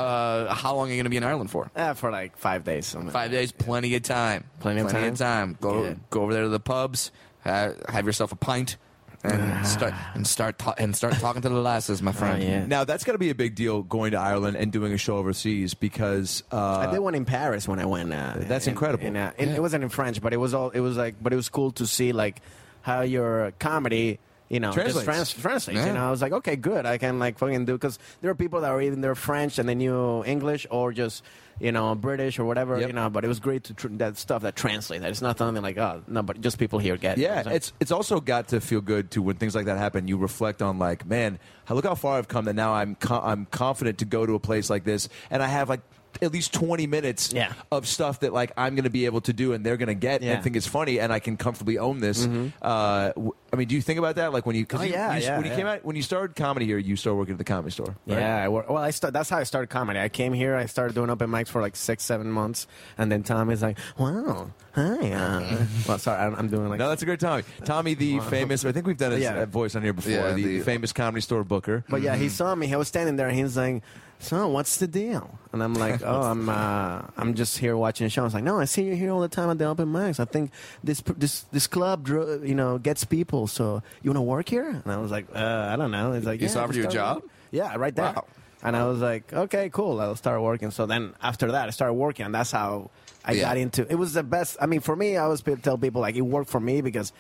S2: Uh, how long are you gonna be in Ireland for?
S1: Uh, for like five days. something.
S2: Five days, plenty of time.
S1: Plenty of
S2: Of time. Go
S1: Good.
S2: go over there to the pubs, have, have yourself a pint, and start and start ta- and start talking to the lasses, my friend.
S1: yeah.
S4: now that's got to be a big deal going to Ireland and doing a show overseas because uh,
S1: I did one in Paris when I went. Uh,
S4: That's
S1: in-
S4: incredible.
S1: in, uh, in- It wasn't in French, but it was all. It was like, but it was cool to see like how your comedy. You know, just
S4: Translates.
S1: trans- translates.
S2: Yeah.
S1: You know, I was like, okay, good. I can like fucking do because there are people that are even they're French and they knew English or just you know British or whatever.
S4: Yep.
S1: You know, but it was great to tr- that stuff that translates. That it's not something like oh no, but just people here get. it.
S4: Yeah, it's it's also got to feel good to when things like that happen. You reflect on like, man, how- look how far I've come. That now I'm co- I'm confident to go to a place like this, and I have like at least 20 minutes
S1: Yeah.
S4: of stuff that like I'm going to be able to do, and they're going to get
S1: Yeah. Mm-hmm.
S4: and think it's funny, and I can comfortably own this. Uh, w- I mean, do you think about that? Like when you, 'cause
S1: Oh,
S4: you-
S1: yeah,
S4: you-
S1: yeah,
S4: when you
S1: yeah.
S4: came out when you started comedy here, you started working at the comedy store. right?
S1: Yeah, I wor- well, I start. That's how I started comedy. I came here, I started doing open mics for like six, seven months, and then Tommy's like, "Wow, hi." Uh.
S4: Mm-hmm.
S1: well, sorry, I'm, I'm doing like
S4: No, that's a great Tommy. Tommy, the famous. I think we've done his
S1: Yeah.
S4: uh, voice on here before.
S2: Yeah,
S4: the,
S2: the-
S4: famous comedy store booker.
S1: But yeah, he saw me. He was standing there. and He's like, "So, what's the deal?" And I'm like, "Oh, I'm uh, I'm just here watching a show." I was like, "No, I see you here all the time at the open mics. I think this this this club, dr- you know, gets people. So you want to work here?" And I was like, uh, "I don't know." He's like,
S2: He
S1: "Yeah,
S2: offered
S1: just
S2: you a
S1: start
S2: job?
S1: working." Yeah, right there.
S2: Wow.
S1: And I was like, "Okay, cool. I'll start working." So then after that, I started working, and that's how I
S2: Yeah.
S1: got into. It was the best. I mean, for me, I always pe- tell people like it worked for me because.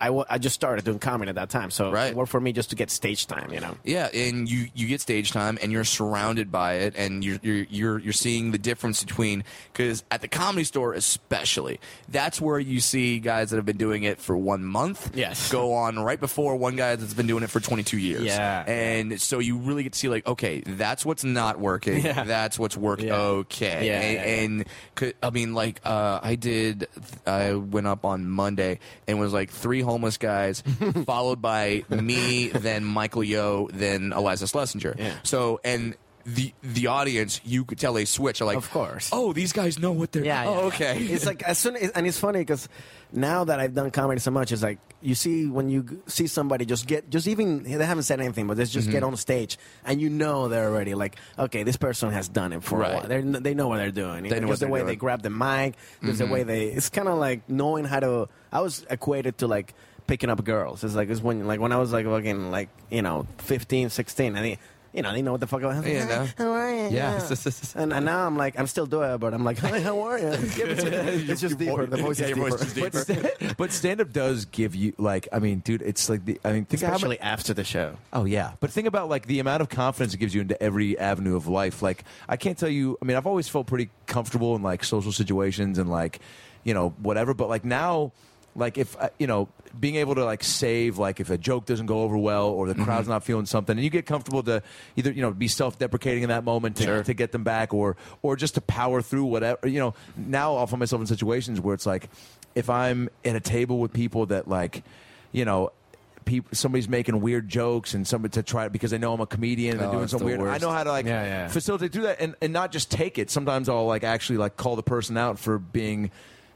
S1: I, wa- I just started doing comedy at that time, so
S2: Right.
S1: it worked for me just to get stage time, you know.
S2: Yeah, and you, you get stage time, and you're surrounded by it, and you're you're you're, you're seeing the difference between because at the comedy store, especially, that's where you see guys that have been doing it for one month,
S1: Yes.
S2: go on right before one guy that's been doing it for 22 years,
S1: Yeah.
S2: and so you really get to see like, okay, that's what's not working,
S1: Yeah.
S2: that's what's working,
S1: Yeah.
S2: okay,
S1: Yeah,
S2: and,
S1: yeah, yeah.
S2: and could, I mean, like uh, I did. I went up on Monday and was like three homeless guys, followed by me, then Michael Yo, then Eliza Schlesinger.
S1: Yeah.
S2: So and. The the audience, you could tell a switch. Like,
S1: Of course.
S2: Oh, these guys know what they're.
S1: Yeah.
S2: Oh,
S1: yeah.
S2: okay.
S1: It's like as soon and it's funny because now that I've done comedy so much, it's like you see when you g- see somebody just get just even they haven't said anything, but they just get
S2: Mm-hmm.
S1: on stage and you know they're already like, okay, this person has done it for
S2: Right.
S1: a while. They're, they know what they're doing.
S2: They know what
S1: just the
S2: they're
S1: way they
S2: doing. Mm-hmm.
S1: grab the mic, just the way they. It's kind of like knowing how to. I was equated to like picking up girls. It's like it's when like when I was like fucking like you know 15, 16, and. They, you know, they know what the fuck. I was like,
S2: Yeah, no.
S1: How are you?
S2: Yeah.
S1: and, and now I'm like, I'm still doing it, but I'm like, hi, how are you? it's just deeper. The voice
S2: Yeah,
S1: is
S2: your
S1: deeper.
S2: voice is
S4: But,
S2: deeper.
S4: sta- but stand up does give you like I mean, dude, it's like the I mean, think about how much-
S1: Especially after the show.
S4: Oh yeah, but think about like the amount of confidence it gives you into every avenue of life. Like I can't tell you. I mean, I've always felt pretty comfortable in like social situations and like you know whatever. But like now, like if uh, you know being able to like save like if a joke doesn't go over well or the
S2: Mm-hmm.
S4: crowd's not feeling something, and you get comfortable to either you know be self-deprecating in that moment to,
S2: Sure.
S4: to get them back or or just to power through whatever. You know, now I'll find myself in situations where it's like if I'm at a table with people that like you know people, somebody's making weird jokes and somebody to try because they know I'm a comedian and they're
S2: Oh,
S4: doing
S2: it's
S4: some
S2: the
S4: weird.
S2: worst.
S4: I know how to like
S1: Yeah, yeah.
S4: facilitate through that and, and not just take it. Sometimes I'll like actually like call the person out for being.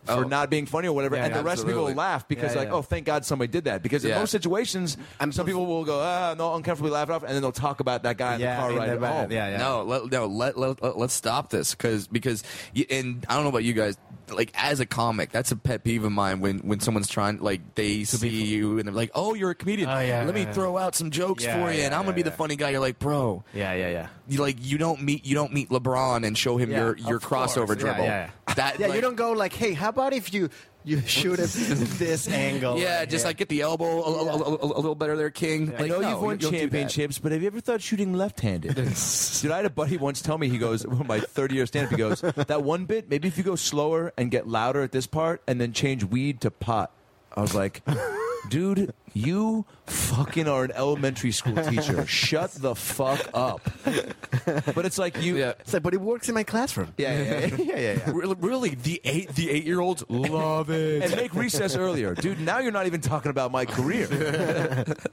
S4: For
S2: Oh.
S4: not being funny or whatever,
S1: Yeah,
S4: and the rest of people
S2: absolutely.
S4: will laugh because
S1: Yeah,
S4: like,
S1: yeah.
S4: oh, thank God somebody did that. Because in
S2: Yeah.
S4: most situations, some people will go, ah, no, uncomfortably laugh it off, and then they'll talk about that guy in the car ride home.
S1: yeah, yeah.
S2: No, let, no, let, let, let us stop this because because y- and I don't know about you guys, like as a comic, that's a pet peeve of mine when when someone's trying like they see you and they're like, oh, you're a comedian.
S1: Oh, yeah,
S2: let me
S1: yeah, yeah.
S2: throw out some jokes
S1: Yeah,
S2: for you, and
S1: yeah,
S2: I'm gonna
S1: yeah,
S2: be the
S1: yeah.
S2: funny guy. You're like, bro,
S1: Yeah, yeah, yeah.
S2: you like you don't meet you don't meet LeBron and show him
S1: Yeah,
S2: your your
S1: of course.
S2: crossover
S1: Yeah,
S2: dribble.
S1: yeah,
S2: That
S1: Yeah,
S2: like-
S1: you don't go like, hey, how about if you you shoot it this angle?
S2: Yeah,
S1: right
S2: just
S1: here?
S2: like get the elbow a, a- a- a- a little better there, King.
S4: I
S2: Like,
S4: know
S2: no,
S4: you've won
S2: you don't do that.
S4: championships, but have you ever thought shooting left-handed? Dude, I had a buddy once tell me he goes, when my third year stand-up, he goes, that one bit, maybe if you go slower and get louder at this part, and then change weed to pot. I was like, dude, you fucking are an elementary school teacher. Shut the fuck up. But it's like you.
S2: Yeah.
S1: It's like, but it works in my classroom.
S4: Yeah, yeah, yeah, yeah, yeah.
S2: Re- Really, the eight the eight year olds love it.
S4: And make recess earlier, dude. Now you're not even talking about my career.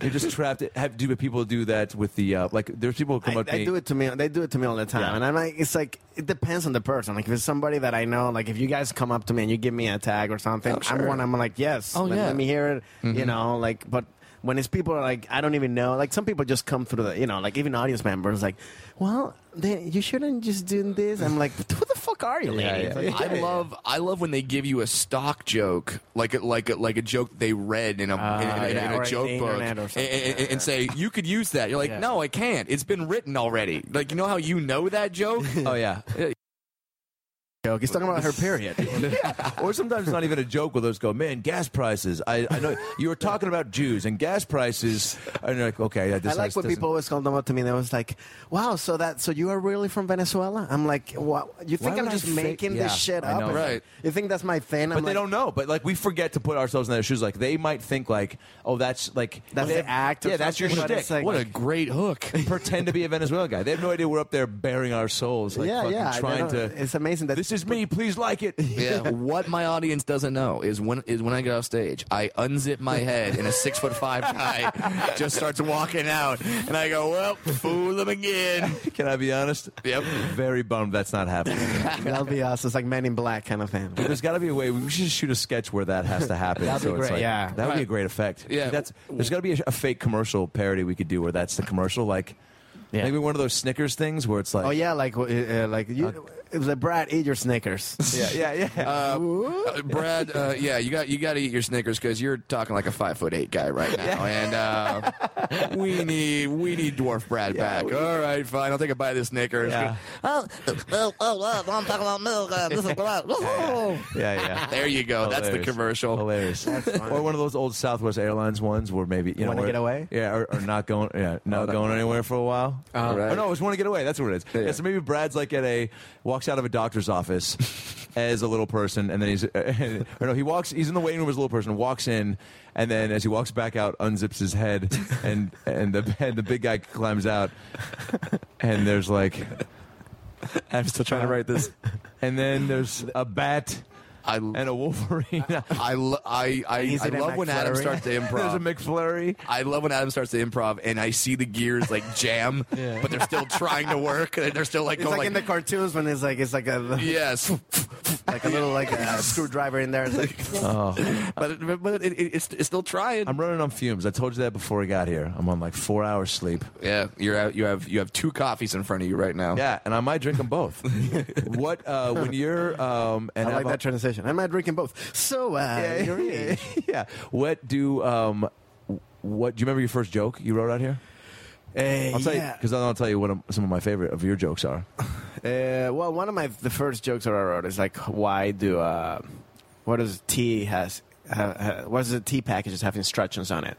S4: you're just trapped. Have do people do that with the uh, like? There's people who come
S1: I,
S4: up to
S1: I
S4: me-
S1: do it to me. They do it to me all the time, and I'm like, it's like it depends on the person. Like if it's somebody that I know, like if you guys come up to me and you give me a tag or something,
S2: Oh, sure.
S1: I'm one. I'm like, yes,
S2: Oh,
S1: let,
S2: yeah.
S1: let me hear it. You know, like but. When it's people are like I don't even know, like some people just come through the, you know, like even audience members like, well, they, you shouldn't just do this. I'm like, who the fuck are you, lady?
S4: yeah.
S1: Like,
S2: I love I love when they give you a stock joke like a, like a, like a joke that they read in a, in, in- in
S1: Ah, yeah,
S2: a
S1: or
S2: joke
S1: the
S2: book
S1: internet or
S2: and,
S1: something,
S2: and- and say you could use that. You're like,
S1: Yeah.
S2: no, I can't. It's been written already. Like you know how you know that joke.
S4: Oh yeah.
S1: joke. He's talking about her period.
S4: or sometimes it's not even a joke where those go, man, gas prices. I, I know you were talking about Jews and gas prices. And you're like, okay, that
S1: I
S4: this
S1: like
S4: what
S1: when people always come up to me. They was like, "Wow, so that so you are really from Venezuela?" I'm like, "What? You think
S4: Why
S1: I'm
S4: would I
S1: just
S4: fake-
S1: making
S4: Yeah,
S1: this shit
S4: I
S1: up?
S4: know.
S2: Right.
S1: You think that's my thing?"
S4: But they don't know. But like we forget to put ourselves in their shoes. Like they might think like, oh, that's like
S1: That's
S4: they
S1: the act or
S4: Yeah, that's your
S1: something, but
S4: shtick.
S1: it's like-
S4: what
S2: What a great hook.
S4: a pretend to be a Venezuelan guy. They have no idea we're up there bearing our souls. Like
S1: Yeah,
S4: fucking
S1: yeah, they
S4: Trying
S1: don't-
S4: to.
S1: it's amazing that-
S4: this is me. Please like it.
S2: Yeah. what my audience doesn't know is when is when I get off stage, I unzip my head and a six foot five guy just starts walking out, and I go, "Well, fool them again."
S4: Can I be honest?
S2: Yep.
S4: Very bummed that's not happening.
S1: That'll be us. It's like Men in Black kind of thing.
S4: There's got to be a way. We should shoot a sketch where that has to happen.
S1: That'd be
S4: so it's
S1: great,
S4: like,
S1: yeah.
S4: that would be a
S2: Right.
S4: great effect.
S2: Yeah.
S4: that's. There's got to be a, a fake commercial parody we could do where that's the commercial, like
S1: Yeah.
S4: maybe one of those Snickers things where it's like,
S1: Oh yeah, like uh, uh, like you, it was like Brad, eat your Snickers.
S4: yeah, yeah, yeah.
S2: Uh, uh, Brad, uh, yeah, you got you got to eat your Snickers because you're talking like a five foot eight guy right now, and uh, we need we need dwarf Brad back. All right, fine. I'll take a bite of this Snickers.
S4: Yeah.
S5: Oh, oh, oh, I'm talking about milk. uh, This is gross. Oh.
S4: Yeah, yeah.
S2: There you go. That's the
S4: Hilarious.
S2: commercial.
S4: Hilarious. or one of those old Southwest Airlines ones where maybe you know
S1: Wanna
S4: where-
S1: get away?
S4: Yeah, or, or not going.
S2: Oh,
S4: Yeah, not going anywhere for a while.
S2: All right.
S4: Oh, no, it's want to get away. That's what it is.
S2: Yeah,
S4: Yeah,
S2: yeah.
S4: So maybe Brad's like at a walks out of a doctor's office as a little person, and then he's or no, he walks. He's in the waiting room as a little person, walks in, and then as he walks back out, unzips his head, and and the and the big guy climbs out, and there's like,
S2: I'm still trying to write this.
S4: and then there's a bat
S2: I
S4: and a wolverine.
S2: I lo- I I,
S1: He's
S2: I
S1: in a
S2: love when Adam
S1: McFlurry.
S2: starts to
S4: there's a
S2: improv.
S4: McFlurry.
S2: I love when Adam starts to improv, and I see the gears like jam, but they're still trying to work. and They're still like
S1: It's
S2: going
S1: like, in the cartoons when it's like it's like a
S2: yes,
S1: like a little like a screwdriver in there. It's like,
S2: but it, but it, it, it's, it's still trying.
S4: I'm running on fumes. I told you that before I got here. I'm on like four hours sleep.
S2: yeah, you're out. You have you have two coffees in front of you right now.
S4: Yeah, and I might drink them both. what uh, when you're um, and
S1: I
S4: have
S1: like
S4: a-
S1: that transition. Am I drinking both? So uh, you're
S4: yeah, yeah. What do um, what do you remember your first joke you wrote out here?
S1: Uh,
S4: I'll tell you
S1: yeah.
S4: because I'll tell you what um, some of my favorite of your jokes are.
S1: Uh, well, one of my the first jokes that I wrote is like, why do uh, what does tea has uh, uh, what does the tea packages have instructions on it?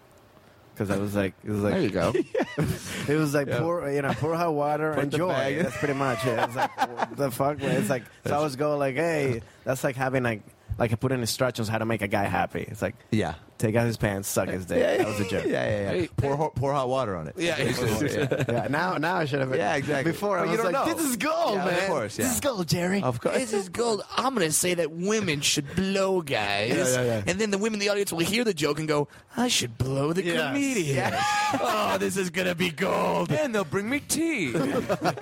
S1: Because I was like, it was
S2: There you
S1: like,
S2: go.
S1: it was like pour you know pour hot water and
S4: the
S1: joy.
S4: bag in.
S1: That's pretty much it. It's like what the fuck. It's like so I was go like, hey, that's like having like like I put in instructions how to make a guy happy. It's like
S4: Yeah,
S1: take out his pants, suck his dick. That was a joke.
S4: yeah, yeah. yeah.
S2: Hey.
S4: Pour ho- pour hot water on it.
S2: Yeah,
S4: yeah.
S1: Yeah, now now I should have.
S4: Yeah, exactly.
S1: Before I
S4: But you
S1: was
S4: don't
S1: like,
S4: know.
S1: this is gold,
S4: Yeah, of
S1: man.
S4: course, yeah.
S1: This is gold, Jerry.
S4: Of course.
S2: This is gold. I'm going to say that women should blow guys.
S1: yeah, yeah.
S2: And then the women in the audience will hear the joke and go, I should blow the
S1: Yes.
S2: comedian. oh, this is going to be gold.
S4: And they'll bring me tea. uh,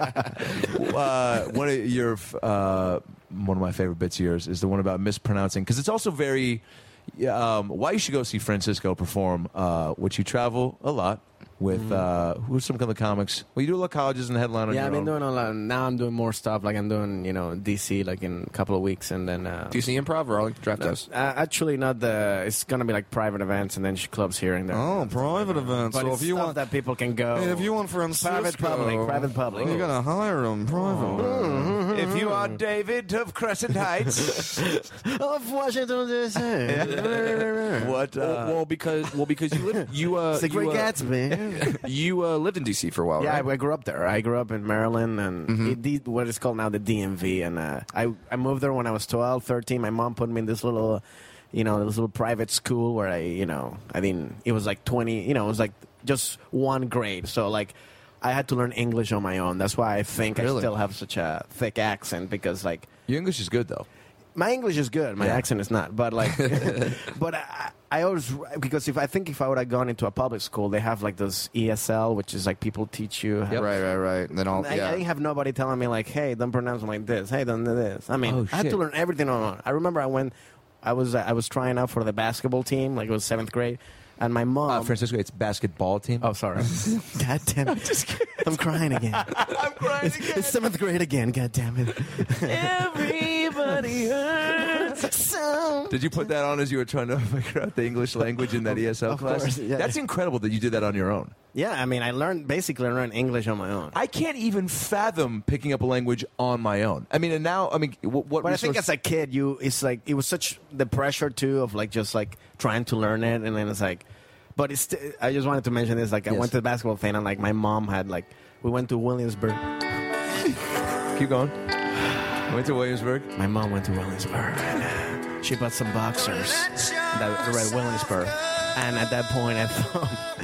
S4: one of your uh, one of my favorite bits of yours is the one about mispronouncing because it's also very yeah, um, why you should go see Francisco perform, uh, which you travel a lot with. Uh, who's some of the comics? Well, you do a lot of colleges and headline on
S1: Mm. Yeah,
S4: your
S1: I've been
S4: own.
S1: doing a lot. Now I'm doing more stuff. Like I'm doing, you know, DC like in a couple of weeks, and then uh,
S2: Do you see improv or Arlington Draft House?
S1: uh, actually not the. It's gonna be like private events and then sh- clubs here and there.
S4: Oh,
S2: private events.
S1: but it's stuff that people can go.
S2: want Francisco,
S1: private public, private public. Oh.
S2: to hire him private.
S1: Mm-hmm.
S4: If you are David of Crescent Heights,
S1: of Washington D.C.
S4: what? Uh,
S2: well, because well, because you lived you uh,
S1: It's the Great
S2: you, uh,
S1: Gatsby.
S2: you uh, lived in DC for a while,
S1: Yeah,
S2: right? Mm-hmm.
S1: I, I grew up there. I grew up in Maryland and it, the, what is called now the DMV. And uh, I, I moved there when I was 12, 13. My mom put me in this little, you know, this little private school where I, you know, I didn't, it was like 20, you know, it was like just one grade. So, like, I had to learn English on my own. That's why I think I
S2: Really?
S1: still have such a thick accent because, like,
S4: your English is good though.
S1: my English is good. My
S4: Yeah.
S1: accent is not, but like, but I, I always because if I think if I would have gone into a public school, they have like this ESL, which is like people teach you. how-
S2: Right, right, right. And then all
S1: I,
S2: yeah.
S1: I didn't have nobody telling me like, hey, don't pronounce it like this. Hey, don't do this. I mean,
S4: Oh,
S1: I had to
S4: shit.
S1: learn everything on my own. I remember I went, I was I was trying out for the basketball team, like it was seventh grade, and my mom.
S4: Uh, Francisco, it's basketball team.
S1: Um, oh, sorry. God damn it! I'm crying again.
S4: I'm crying again.
S1: It's seventh grade again. God damn it!
S4: Everybody hurts. Did you put that on as you were trying to figure out the English language in that ESL
S1: Of
S4: class?
S1: course, yeah.
S4: That's incredible that you did that on your own.
S1: Yeah, I mean, I learned basically I learned English on my own.
S4: I can't even fathom picking up a language on my own. I mean, and now, I mean, what? what
S1: But I think
S4: resource-
S1: as a kid, you it's like it was such the pressure too of like just like trying to learn it, and then it's like, but it's. st- I just wanted to mention this. Like I
S4: Yes.
S1: went to the basketball thing, and like my mom had like we went to Williamsburg.
S4: keep going. Went to Williamsburg.
S1: My mom went to Williamsburg. And, uh, she bought some boxers that read Williamsburg, and at that point, I thought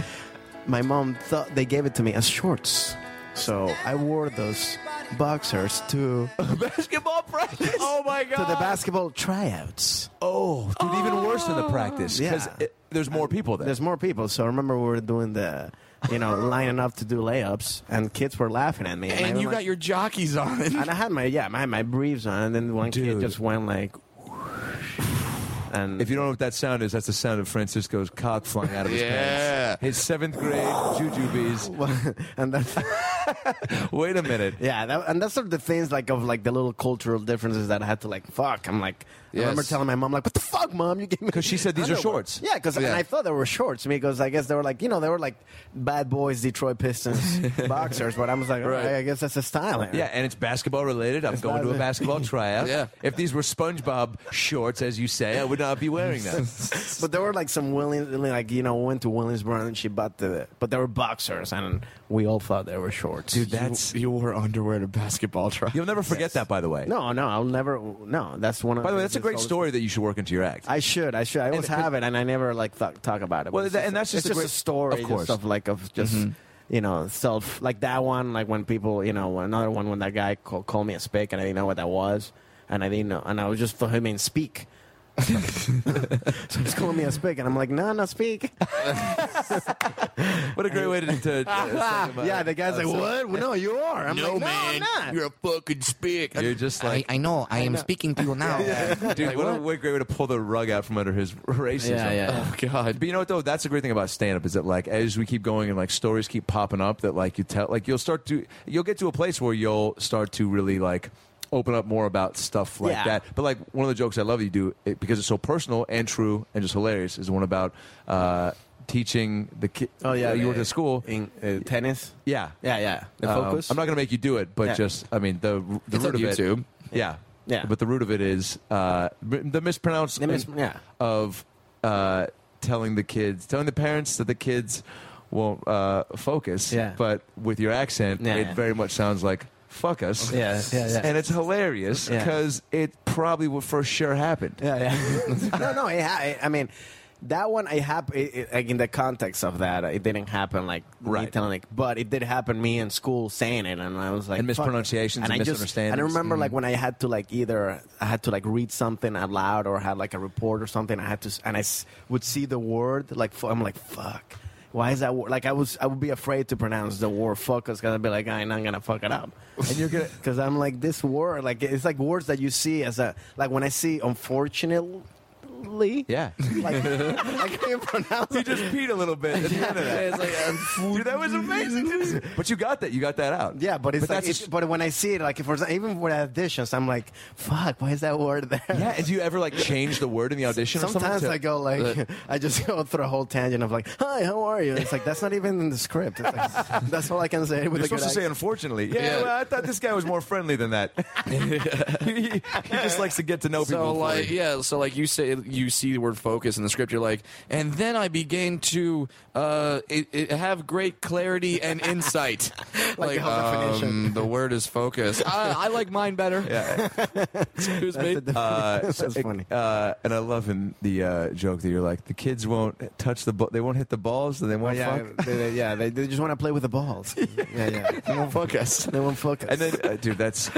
S1: my mom thought they gave it to me as shorts, so I wore those boxers to
S4: Basketball practice. Oh my god.
S1: to the basketball tryouts.
S4: Oh, dude, even worse than the practice because
S1: Yeah.
S4: there's more people there.
S1: there's more people. So remember, we were doing the, you know, lining up to do layups, and kids were laughing at me. I
S2: and
S1: was
S2: you
S1: like-
S2: got your jockeys on.
S1: and I had my yeah, I had my briefs on, and then one
S4: Dude.
S1: kid just went like, and
S4: If you don't know what that sound is, that's the sound of Francisco's cock flying out of his
S2: Yeah.
S4: pants. His seventh grade jujubes.
S1: and then
S4: Wait a minute.
S1: Yeah, that, and that's sort of the things like of like the little cultural differences that I had to like fuck. I'm like, I remember
S2: Yes.
S1: telling my mom like, "What the fuck, mom? You gave me?"
S4: 'Cause she said these are
S1: underwear."
S4: shorts.
S1: Yeah, because
S2: Yeah.
S1: I thought they were shorts because I guess they were like you know they were like bad boys Detroit Pistons boxers, but I was like, all
S2: Right.
S1: right, I guess that's a style. here.
S4: Yeah, and it's basketball related. I'm going to a basketball tryout.
S2: Yeah.
S4: If these were SpongeBob shorts, as you say, I would not be wearing them.
S1: but there were like some Williams, like you know, went to Williamsburg and she bought the, but they were boxers, and we all thought they were shorts.
S4: Dude, that's
S2: you wore underwear to basketball try.
S4: you'll never forget that. By the way,
S1: no, no, I'll never. No, that's one. of
S4: By the way, that's a great
S1: it's-
S4: story that you should work into your act.
S1: I should. I should. I always
S4: but-
S1: have it, and I never like th- talk about it.
S4: Well,
S1: But it's
S4: that- and that's
S1: it's
S4: just a
S1: just
S4: great-
S1: a story,
S4: of course. Mm-hmm.
S1: just of like of just you know self like that one. Like when people, you know, another one when that guy called, called me a spick, and I didn't know what that was, and I didn't know, and I was just for him in speak. so he's calling me a spick, and I'm like, no, no, speak.
S4: what a great way to. to
S1: yeah, the guy's like, what? No, you are. I'm like, no, I'm not.
S2: you're a fucking spick.
S4: You're just like,
S5: I, I know. I, am speaking to you now.
S4: dude, what, a great way to pull the rug out from under his racism.
S1: Yeah, yeah.
S2: oh god.
S4: But you know what though? That's the great thing about stand up is that like as we keep going and like stories keep popping up that like you tell like you'll start to you'll get to a place where you'll start to really like open up more about stuff like
S1: Yeah.
S4: that. But like one of the jokes I love you do it, because it's so personal and true and just hilarious is the one about uh teaching the kid
S1: Oh,
S4: you work at a school
S1: in uh, tennis.
S4: yeah
S1: Yeah, yeah. Uh, The
S4: Um,
S1: focus.
S4: I'm not going to make you do it, but
S1: Yeah.
S4: just I mean the the
S2: It's
S4: root
S2: on
S4: of
S2: YouTube.
S4: it. Yeah,
S1: Yeah.
S4: But the root of it is uh, the mispronounced
S1: The mis- yeah.
S4: of uh, telling the kids, telling the parents that the kids won't uh, focus.
S1: Yeah.
S4: But with your accent,
S1: Yeah,
S4: it
S1: yeah.
S4: very much sounds like fuck us.
S1: Yeah, yeah, yeah.
S4: And it's hilarious
S1: Yeah.
S4: because it probably would for sure happened.
S1: Yeah, yeah. no, no. It ha- I mean, that one. I hap- it, it, like in the context of that, it didn't happen like me
S4: Right.
S1: telling like, but it did happen me in school saying it, and I was like,
S4: And
S1: fuck.
S4: mispronunciations and
S1: I just-
S4: misunderstandings. Mm-hmm.
S1: and I remember like when I had to like either I had to like read something out loud or had like a report or something. I had to, s- and I s- would see the word like fu- I'm like fuck. Why is that word? Like I was, I would be afraid to pronounce the word "fuck" because I'd be like, I'm not gonna fuck it up. And you're gonna, because I'm like this word, like it's like words that you see as a, like when I see unfortunately,
S4: Yeah.
S1: like I can't pronounce.
S4: You just peed a little bit at the end of that. Dude, that was amazing. But you got that. You got that out.
S1: Yeah, but it's like,
S4: that's a-
S1: it's, but when I see it, like for exa- even when I auditions, I'm like, fuck, why is that word there?
S4: Yeah, and do you ever like change the word in the audition? or something
S1: Sometimes
S4: to-
S1: I go like I just go through a whole tangent of like, "Hi, how are you?" It's like that's not even in the script. It's like, that's all I can say. With a
S4: You're
S1: good
S4: supposed to say,
S1: accent.
S4: unfortunately. Yeah,
S2: Yeah.
S4: well, I thought this guy was more friendly than that. he, he just likes to get to know
S2: So
S4: people.
S2: like yeah, so like you say you see the word focus in the script, you're like, and then I began to uh, it, it have great clarity and insight. like
S1: the whole definition.
S2: um, the word is focus. I, I like mine better. Excuse me.
S4: Uh,
S1: That's
S4: so-
S1: funny.
S4: Uh, and I love in the uh, joke that you're like the kids won't touch the ball, they won't hit the balls, and they won't
S1: Oh, yeah,
S4: fuck.
S1: they, they- yeah, they, they just want to play with the balls. yeah, yeah. They won't focus. They won't focus.
S4: And then, uh, dude, that's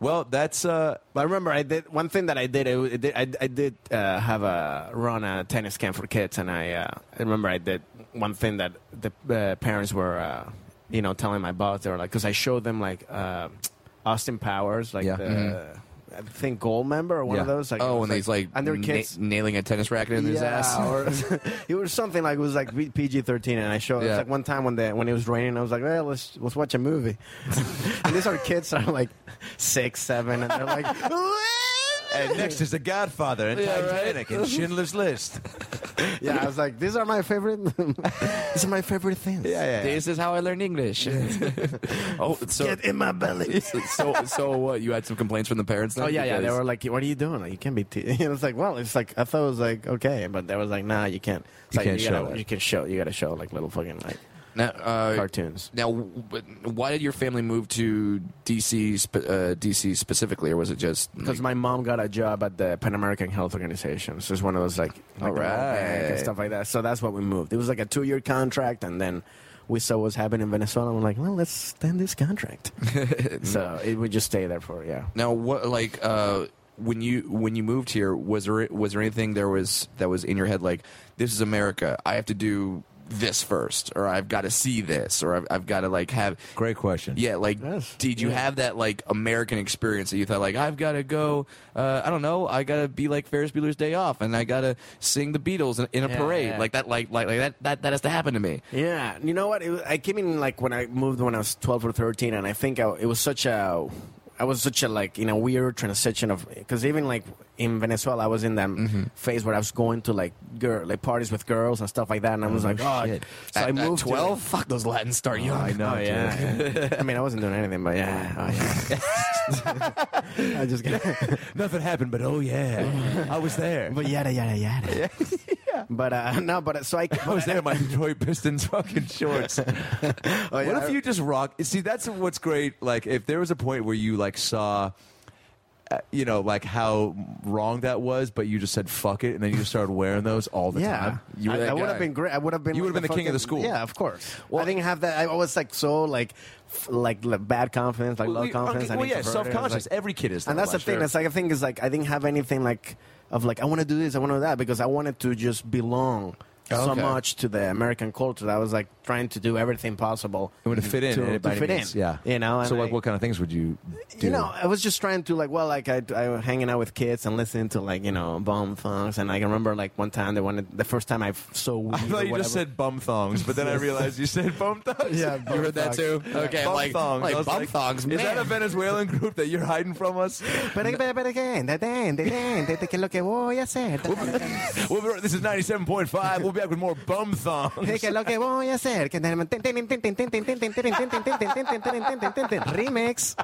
S4: well, that's uh,
S1: But I remember I did one thing that I did. I, w- I did, I, I did uh, have a run a tennis camp for kids, and I, uh, I remember I did one thing that the uh, parents were, uh, you know, telling my boss. They were like, because I showed them like uh, Austin Powers, like
S4: Yeah.
S1: the I think gold member or one of
S4: Yeah.
S1: those. Like, it
S2: oh,
S1: was
S2: and he's like
S1: and their
S2: na-
S1: kids. Oh,
S2: nailing a tennis racket in his ass.
S1: or it was something like it was like PG thirteen, and I showed. It
S2: Yeah.
S1: was like one time when the when it was raining, I was like, "Well, let's let's watch a movie." and these are kids that are like six, seven, and they're like,
S4: and next is The Godfather and Titanic and Schindler's List.
S1: Yeah, I was like, these are my favorite. these are my favorite things.
S4: Yeah, yeah.
S2: This is how I learned English. oh, so
S1: Get in my belly.
S2: so, so so what? You had some complaints from the parents? Then?
S1: Oh yeah, yeah. They
S2: Because-
S1: were like, "What are you doing? Like, you can't be." T-. It was like, well, it's like I thought it was like okay, but they was like, "Nah, you can't." It's
S4: You
S1: like,
S4: can't
S1: you gotta-
S4: show it.
S1: You can show. You gotta show like little fucking like
S2: now, uh,
S1: cartoons.
S2: Now, w- but why did your family move to DC? Spe- uh, DC specifically, or was it just
S1: Because my mom got a job at the Pan American Health Organization, so it's one of those like, like
S2: All
S1: the World Bank
S2: right.
S1: and stuff like that. So that's what we moved. It was like a two-year contract, and then we saw what was happening in Venezuela. and We're like, well, let's extend this contract. so it would just stay there for yeah.
S2: Now, what like uh, when you when you moved here, was there was there anything there was that was in your head like this is America? I have to do this first, or I've got to see this, or I've, I've got to like have.
S4: Great question.
S2: Yeah, like,
S1: Yes,
S2: did you have that like American experience that you thought like I've got to go? Uh, I don't know. I got to be like Ferris Bueller's Day Off, and I got to sing the Beatles in, in a
S1: Yeah,
S2: parade
S1: yeah.
S2: like that. Like like like that that that has to happen to me.
S1: Yeah, you know what? It was, I came in like when I moved when I was twelve or thirteen, and I think I, it was such a, I was such a like in a weird transition of because even like in Venezuela, I was in that phase where I was going to like girl like parties with girls and stuff like that, and I was like, oh,
S4: shit.
S1: so
S2: At-
S1: I
S2: at
S1: moved to-
S2: twelve. Fuck those Latins start young.
S4: I know.
S1: Oh yeah, I mean I wasn't doing anything, but yeah, oh, yeah. I just got,
S4: dude. Nothing happened, but oh yeah, I was there.
S1: but yada yada yada. But uh, no, but uh, so I,
S4: I was there in my Detroit Pistons fucking shorts.
S1: Oh, yeah,
S4: what if
S1: I-
S4: you just rock? See, that's what's great. Like, if there was a point where you like saw, uh, you know, like how wrong that was, but you just said fuck it, and then you just started wearing those all the
S1: Yeah,
S4: time.
S2: You were
S1: I,
S2: that
S1: I would
S2: guy.
S1: have been great. I would have been.
S4: You
S1: like,
S4: would have been the king of the
S1: fucking-
S4: school.
S1: Yeah, of course. I didn't have that. I was like so like f- like le- bad confidence, like low
S4: you-
S1: confidence.
S4: okay,
S1: and
S4: well, yeah,
S1: introverted.
S4: self conscious.
S1: Like-
S4: Every kid is. That
S1: and that's the
S4: way.
S1: thing. It's like I think is like I didn't have anything like of like I want to do this, I want to do that because I wanted to just belong. So
S2: Okay.
S1: much to the American culture that I was like trying to do everything possible
S4: You want to fit in.
S1: to,
S4: and
S1: to
S4: by any
S1: fit
S4: means,
S1: in.
S4: Yeah.
S1: you know.
S4: So,
S1: and
S4: like,
S1: I-
S4: what kind of things would you do?
S1: you know, I was just trying to like, well, like I, I was hanging out with kids and listening to like you know bomb songs, and I can remember like one time they wanted the first time I f- saw weed.
S4: I
S1: or
S4: thought you just
S1: whatever.
S4: said bum thongs, but then I realized you said bum thongs.
S1: Yeah,
S2: You heard that too? Okay,
S4: Bum
S2: like
S4: thongs. I
S2: like
S4: was
S2: bum thongs.
S4: Is that a
S2: man.
S4: Venezuelan group that you're hiding from us?
S1: But again, but again, de- de- de- de- de- de- que lo que voy a hacer,
S4: We'll be, this is 97.5. We'll be back with more bum thongs.
S1: de- que lo que voy a hacer, que- remix.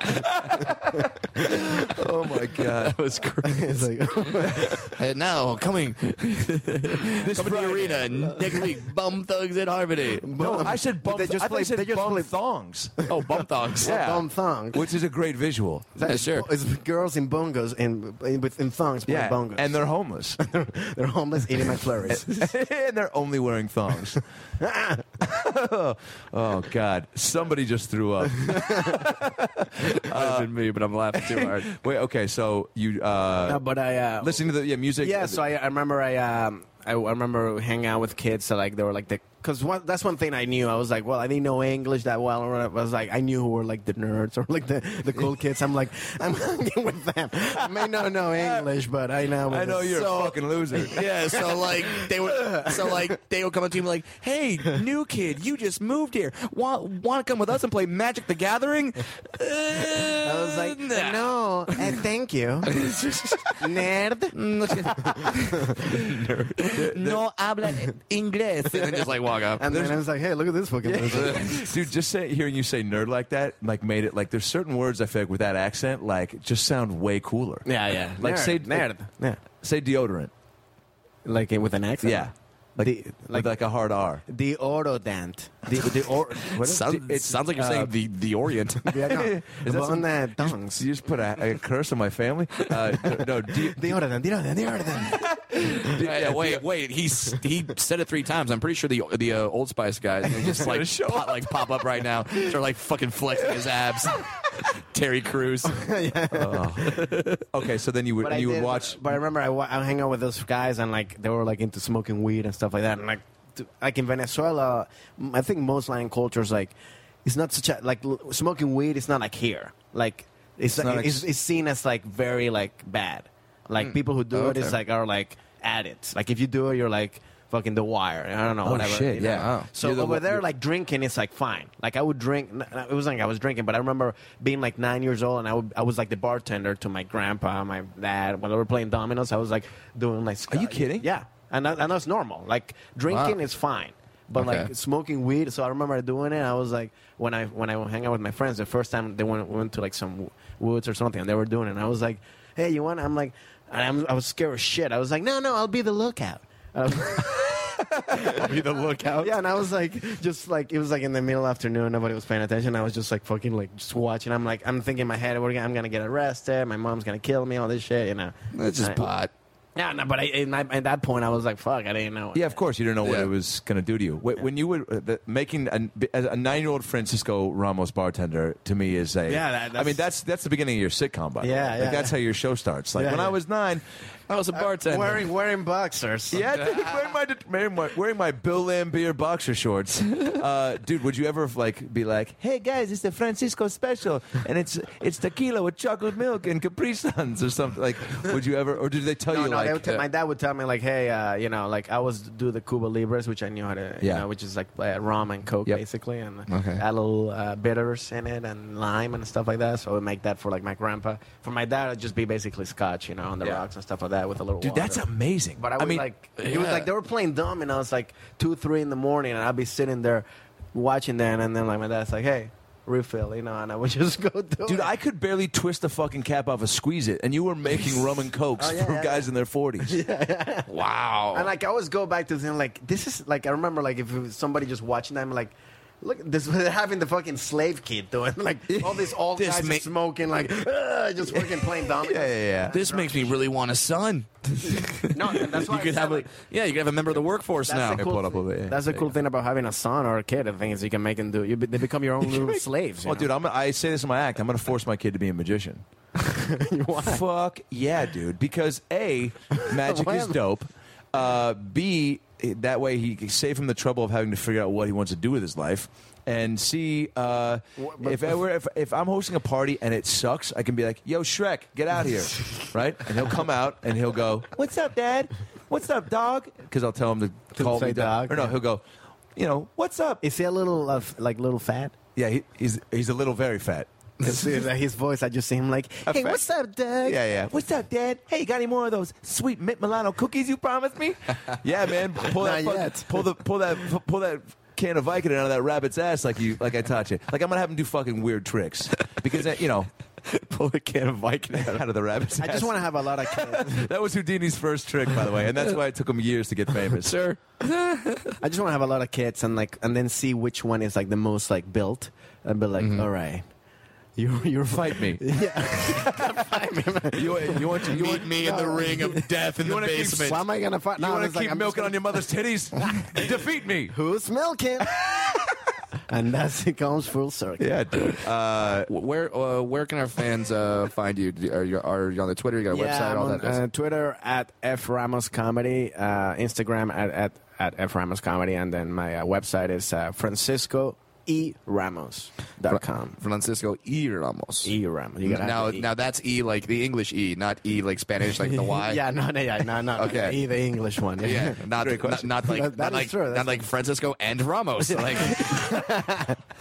S4: Oh my god.
S2: That was great.
S1: It's like,
S2: And now coming, coming to the
S4: Friday.
S2: arena next week. Bum thugs at Harmony.
S4: No, I said bum.
S1: They just
S4: I thought you
S1: play-
S4: said
S1: they just
S4: bum
S1: play-
S4: thongs.
S2: Oh, bum thugs.
S4: Yeah.
S1: Bum thongs.
S4: Which is a great visual.
S2: Yeah, sure.
S1: It's girls in bongos and in, with in thongs playing
S4: Yeah,
S1: bongos,
S4: and they're homeless,
S1: they're homeless eating McFlurries.
S4: and they're only wearing thongs. oh God! Somebody just threw up.
S2: Might have been me, but I'm laughing too hard.
S4: Wait, okay, so you
S1: Uh,
S4: uh,
S1: but I uh,
S4: listen to the yeah music.
S1: Yeah, so I, I remember I, um, I I remember hanging out with kids. So like they were like the because one, that's one thing I knew. I was like, well, I didn't know English that well. Or I was like, I knew who were like the nerds or like the, the cool kids. I'm like, I'm hanging with them. I may not know English, but I know.
S4: I know you're
S1: So,
S4: a fucking loser.
S2: Yeah, so like they would, so like they would come up to me like, "Hey, new kid, you just moved here. Want want to come with us and play Magic the Gathering?" Uh,
S1: I was like, no, uh, thank you, nerd.
S2: no habla inglés, and then just like walk up.
S1: And then I was like, hey, look at this fucking. loser.
S4: Dude, just say, hearing you say nerd like that, like made it like there's certain words I feel like with that accent, like just sound way cooler.
S1: Yeah, yeah.
S4: Like,
S1: nerd,
S4: say-
S1: nerd. yeah.
S4: Say deodorant.
S1: Like uh, with an accent.
S4: Yeah.
S1: Like the,
S4: Like,
S1: like,
S4: like a hard R.
S1: the Orodant. The the or. What is
S2: Sounds, it sounds like you're saying the the Orient.
S1: Yeah, no.
S4: Is that
S1: Well,
S4: some-
S1: on that
S4: You
S1: tongues.
S4: just, you just put a, a curse on my family? Uh, no, de-
S1: The order, the order, the order.
S2: Hey, wait, wait. He s- he said it three times. I'm pretty sure the the uh, Old Spice guys they just like
S4: Show
S2: pop, like pop up right now. They're like fucking flexing his abs. Terry Crews.
S4: Oh. okay, so then you would and you would
S1: did-
S4: watch.
S1: But I remember I, wa- I hang out with those guys and like they were like into smoking weed and stuff like that. And like t- like in Venezuela, m- I think most Latin cultures like it's not such a like l- smoking weed. It's not like here. Like it's
S4: not
S1: it's,
S4: ex- Hmm.
S1: it's, seen as like very like bad. Like people who do
S4: Oh,
S1: it is
S2: okay.
S1: like are like addicts. Like if you do it, you're like. Fucking the wire. I don't know.
S4: Oh,
S1: whatever.
S4: shit,
S1: you know?
S4: yeah. Wow.
S1: So
S4: You're the
S1: over
S4: one-
S1: there,
S4: you're-
S1: like drinking, it's like fine. Like I would drink. n- n- It wasn't like I was drinking, but I remember being like nine years old, and I, would, I was like the bartender to my grandpa, my dad. When they were playing dominoes, I was like doing like.
S4: Are you kidding?
S1: Yeah, and that, and that's normal. Like drinking is fine, but
S2: Okay.
S1: like smoking weed. So I remember doing it. I was like when I when I would hang out with my friends the first time they went went to like some w- woods or something, and they were doing it. And I was like, hey, you want? I'm like, and I'm, I was scared as shit. I was like, no, no, I'll be the lookout. I was-
S2: Be the lookout.
S1: yeah, and I was like, just like it was like in the middle afternoon, nobody was paying attention. I was just like fucking like just watching. I'm like, I'm thinking in my head, we're gonna, I'm gonna get arrested. My mom's gonna kill me. All this shit, you know.
S2: That's
S1: uh, I-
S2: just pot.
S1: Yeah, no, but I, and I, at that point, I was like, fuck, I didn't know.
S4: Yeah, of course. You didn't know what
S2: Yeah.
S4: it was going to do to you. Wh- When you were uh, the, making a, as a nine-year-old Francisco Ramos bartender to me is a.
S1: Yeah, that-
S4: I mean
S1: that's-
S4: that's that's the beginning of your sitcom. By the way.
S1: Yeah,
S4: Like,
S1: yeah.
S4: That's how your show starts. Like
S1: Yeah,
S4: when I
S1: yeah.
S4: was nine.
S2: I was a bartender.
S1: Wearing, wearing boxers.
S4: Yeah, dude, wearing my wearing my, wearing my Bill Lambier boxer shorts, uh, dude. Would you ever like be like, "Hey guys, it's the Francisco special, and it's it's tequila with chocolate milk and Capri Suns or something"? Like, would you ever, or did they tell
S1: No,
S4: you
S1: no,
S4: like, uh,
S1: they would tell- my dad would tell me like, hey, uh, you know, like I was do the Cuba Libres, which I knew how to,
S4: Yeah.
S1: you know, which is like uh, rum and coke
S4: Yep.
S1: basically, and
S2: Okay.
S1: add a little uh, bitters in it and lime and stuff like that. So I would make that for like my grandpa. For my dad, it'd just be basically scotch, you know, on the
S4: Yeah.
S1: rocks and stuff like that with a little.
S4: dude,
S1: water.
S4: that's amazing.
S1: But I, was
S4: mean,
S1: like, it was
S2: yeah.
S1: like they were playing dumb, and I was like two, three in the morning, and I'd be sitting there watching that, and then like my dad's like, hey, refill, you know, and I would just go do
S4: Dude,
S1: it.
S4: I could barely twist the fucking cap off and squeeze it, and you were making rum and cokes
S1: Oh, yeah,
S4: for
S1: yeah,
S4: guys in their forties.
S2: Wow.
S1: And like I always go back to them like this is like I remember like if it was somebody just watching them like look this they're having the fucking slave kid doing like all these old
S2: This
S1: guys
S2: ma-
S1: smoking like "Ugh," just fucking playing dominoes.
S4: yeah,
S2: this makes me really want a son.
S1: No, that's why
S2: You
S1: I
S2: could
S1: said,
S2: have a
S1: like,
S2: yeah, you could have a member of the workforce
S1: that's
S2: now.
S1: the
S4: I
S1: cool,
S4: pulled up a bit, yeah.
S1: thing. That's the cool thing about having a son or a kid. I think is you can make them do. You be, they become your own little slaves. You
S4: Oh,
S1: know?
S4: dude, I'm, I say this in my act. I'm going to force my kid to be a magician. Fuck yeah, dude. Because A, magic is
S1: Why am-
S4: dope. Uh, B, that way he can save him the trouble of having to figure out what he wants to do with his life. And C, uh,
S1: What- but-
S4: if, I were, if, if I'm hosting a party and it sucks, I can be like, yo, Shrek, get out here. right? And he'll come out and he'll go, what's up, dad? What's up, dog? Because I'll tell him to call
S1: say
S4: me dog.
S1: dog,
S4: Or no,
S1: yeah.
S4: he'll go, you know, what's up?
S1: Is he a little uh, like little fat?
S4: yeah, he, he's, he's a little very fat.
S1: his voice, I just see him like,
S4: A
S1: "Hey,
S4: fat-
S1: what's up, Doug?
S4: Yeah, yeah. What's up, Dad? Hey, you got any more of those sweet Mitt Milano cookies you promised me? yeah, man. Pull that,
S1: Not
S4: fuck-
S1: yet.
S4: pull the pull that pull that can of Vicodin out of that rabbit's ass like you like I taught you. Like I'm gonna have him do fucking weird tricks because uh, you know
S2: pull a can of Vicodin
S4: out of the rabbit's
S1: I
S4: ass.
S1: just want to have a lot of kids.
S4: that was Houdini's first trick, by the way, and that's why it took him years to get famous.
S2: Sir,
S1: I just want to have a lot of kids and like, and then see which one is like the most like built, and be like, "All right, you you're fine.
S4: Fight me.
S1: Why
S4: You, you want you
S2: meet
S4: want
S2: me in the ring of death in
S4: You
S2: the
S4: wanna keep
S2: basement.
S1: am I gonna fight?
S4: you want to keep
S1: I'm just
S4: milking
S1: gonna-
S4: on your mother's titties? Defeat me.
S1: Who's milking? and that's it comes full circle.
S4: Yeah, dude. Uh,
S2: where uh, where can our fans uh, find you? Do- Are you are you on the Twitter? You got a
S1: Yeah,
S2: website?
S1: I'm
S2: all
S1: on
S2: that.
S1: uh, Twitter at f ramos comedy, uh, Instagram at at at f ramos comedy, and then my uh, website is uh, francisco e ramos dot com.
S2: Francisco E Ramos.
S1: E ramos. You gotta
S2: Now
S1: have the E.
S2: now that's E like the English E, not E like Spanish like the Y.
S1: yeah, no, no, yeah, no, no,
S2: Okay.
S1: okay. E the English one.
S2: Yeah, not, not, not like
S1: That- that is
S2: not like,
S1: true.
S2: not
S1: That's-
S2: like Francisco and Ramos, like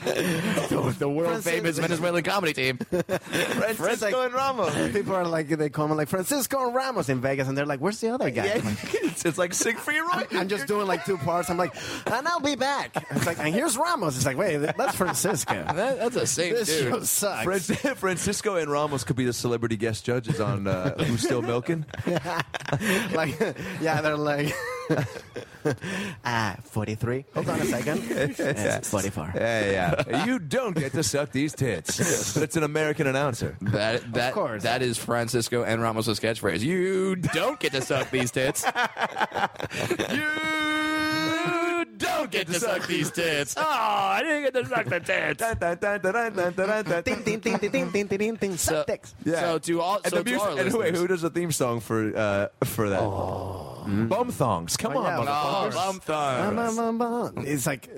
S2: the, the world famous Venezuelan comedy team.
S4: Francisco
S1: like-
S4: and Ramos.
S1: People are like, they call me like Francisco and Ramos in Vegas, and they're like, "Where's the other guy?"
S4: Yeah,
S1: I'm like,
S4: it's, it's like Siegfried Roy.
S1: I'm just doing like two parts. I'm like, and I'll be back. It's like, and here's Ramos. It's like, wait, that's Francisco.
S2: That, that's the same
S1: This
S2: dude.
S1: show sucks.
S4: Fran- Francisco and Ramos could be the celebrity guest judges on uh, Who's Still Milking.
S1: like, yeah, they're like, ah, 43. Hold on a second. Yes, 44.
S4: Yeah, yeah. You don't get to suck these tits. That's an American announcer.
S2: That that
S1: course.
S2: that is Francisco and Ramos' catchphrase. You don't get to suck these tits. you don't get to suck these tits. Oh, I didn't get to suck the tits.
S4: Dun, dun, dun, dun, dun, dun, dun, dun,
S1: Ding,
S4: dun.
S1: ding, ding, ding, ding, ding, ding, ding, ding.
S2: So,
S1: Subtext.
S4: Yeah.
S2: so to all,
S4: And
S2: so
S4: the
S2: to
S4: music.
S2: our
S4: And wait,
S2: listeners-
S4: who does the theme song for uh, for that? Hmm? Bum thongs. Come
S1: Oh,
S4: on,
S1: yeah.
S2: Oh,
S4: motherfuckers.
S2: bum
S1: Bum,
S2: thumb.
S1: bum, bum, bum. It's like,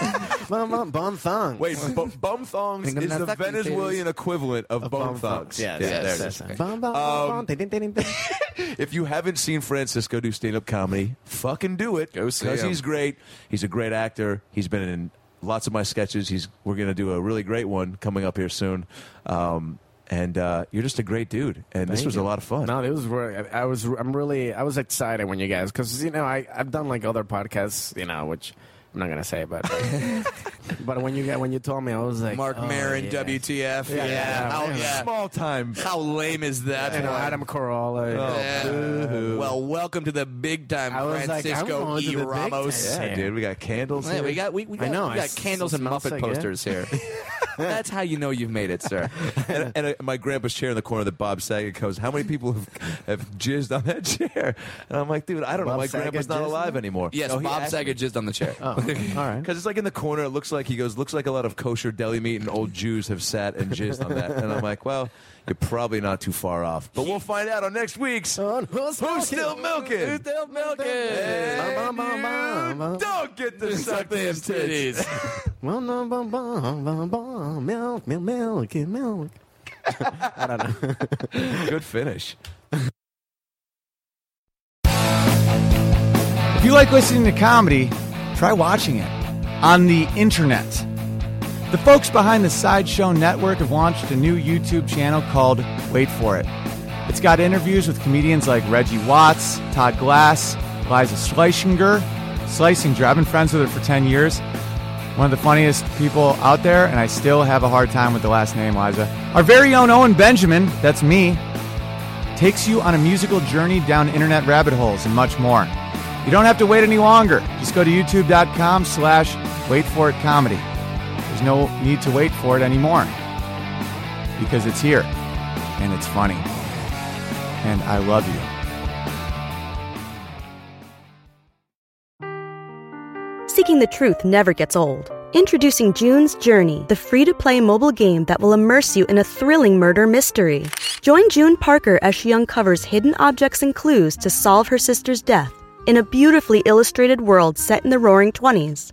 S1: bum, bum, bum, thong.
S4: Wait, bu- bum thongs
S2: Think I'm
S4: is
S2: not
S4: the
S2: sucking
S4: Venezuelian equivalent of bum thongs.
S1: Yes,
S4: Yeah, there
S1: yes,
S4: it is.
S1: yes. Bum, bum, bum, bum, ding, ding, ding, ding.
S4: If you haven't seen Francisco do stand up comedy, fucking do it.
S2: Go see him.
S4: he's great. He's a great actor. He's been in lots of my sketches. He's we're gonna do a really great one coming up here soon. Um, and uh, you're just a great dude. And this
S1: Thank
S4: was
S1: you.
S4: a lot of fun.
S1: No, it was. Really, I I was. I'm really. I was excited when you guys, because you know, I I've done like other podcasts, you know, which I'm not gonna say, but but when you got when you told me, I was like
S2: Mark
S1: oh,
S2: Maron,
S1: yeah.
S2: WTF. Yeah.
S1: Yeah, yeah,
S2: How,
S1: yeah.
S2: yeah.
S4: Small time.
S2: How lame is that?
S1: You know,
S2: one?
S1: Adam Carolla.
S2: Yeah. Well, welcome to the big time,
S1: I was like, I'm
S2: Francisco
S1: going to
S2: E.
S1: the big
S2: Ramos.
S1: time.
S4: Yeah,
S1: Yeah.
S4: dude, we got candles.
S2: Yeah,
S4: here.
S2: we got we, we
S1: I
S2: got,
S1: know,
S2: we
S1: I
S2: got
S1: s-
S2: candles and
S1: smells
S2: Muppet
S1: like it.
S2: posters here. That's how you know you've made it, sir.
S4: and, and uh, my grandpa's chair in the corner that Bob Saget goes, "How many people have, have jizzed on that chair?" And I'm like, "Dude, I don't know.
S1: Bob
S4: My
S1: Saget
S4: grandpa's not
S1: jizzed
S4: alive
S1: on it?
S4: anymore."
S2: Yes, Bob Saget jizzed on the chair.
S1: All right.
S4: Because it's like in the corner, it looks like he goes, looks like a lot of kosher deli meat and old Jews have sat and jizzed on that. And I'm like, well, you're probably not too far off. But we'll find out on next week's
S1: On who's,
S4: Who's Still Milking?
S2: Who's still milking?
S1: Bum, bum, bum, bum, bum.
S4: Don't get the
S2: Suck them
S4: suckers tits.
S2: titties.
S1: Bum, bum, bum, bum, bum, bum. Milk, milk, milk, and milk.
S4: Good finish.
S6: If you like listening to comedy, try watching it on the internet. The folks behind the Sideshow Network have launched a new YouTube channel called Wait For It. It's got interviews with comedians like Reggie Watts, Todd Glass, Liza Schleichinger, Schlesinger. I've been friends with her for 10 years. One of the funniest people out there, and I still have a hard time with the last name, Liza. Our very own Owen Benjamin, that's me, takes you on a musical journey down internet rabbit holes and much more. You don't have to wait any longer. Just go to youtube.com slash wait for it comedy. There's no need to wait for it anymore because it's here and it's funny. And I love you.
S7: Seeking the truth never gets old. Introducing June's Journey, the free to play mobile game that will immerse you in a thrilling murder mystery. Join June Parker as she uncovers hidden objects and clues to solve her sister's death in a beautifully illustrated world set in the roaring 20s.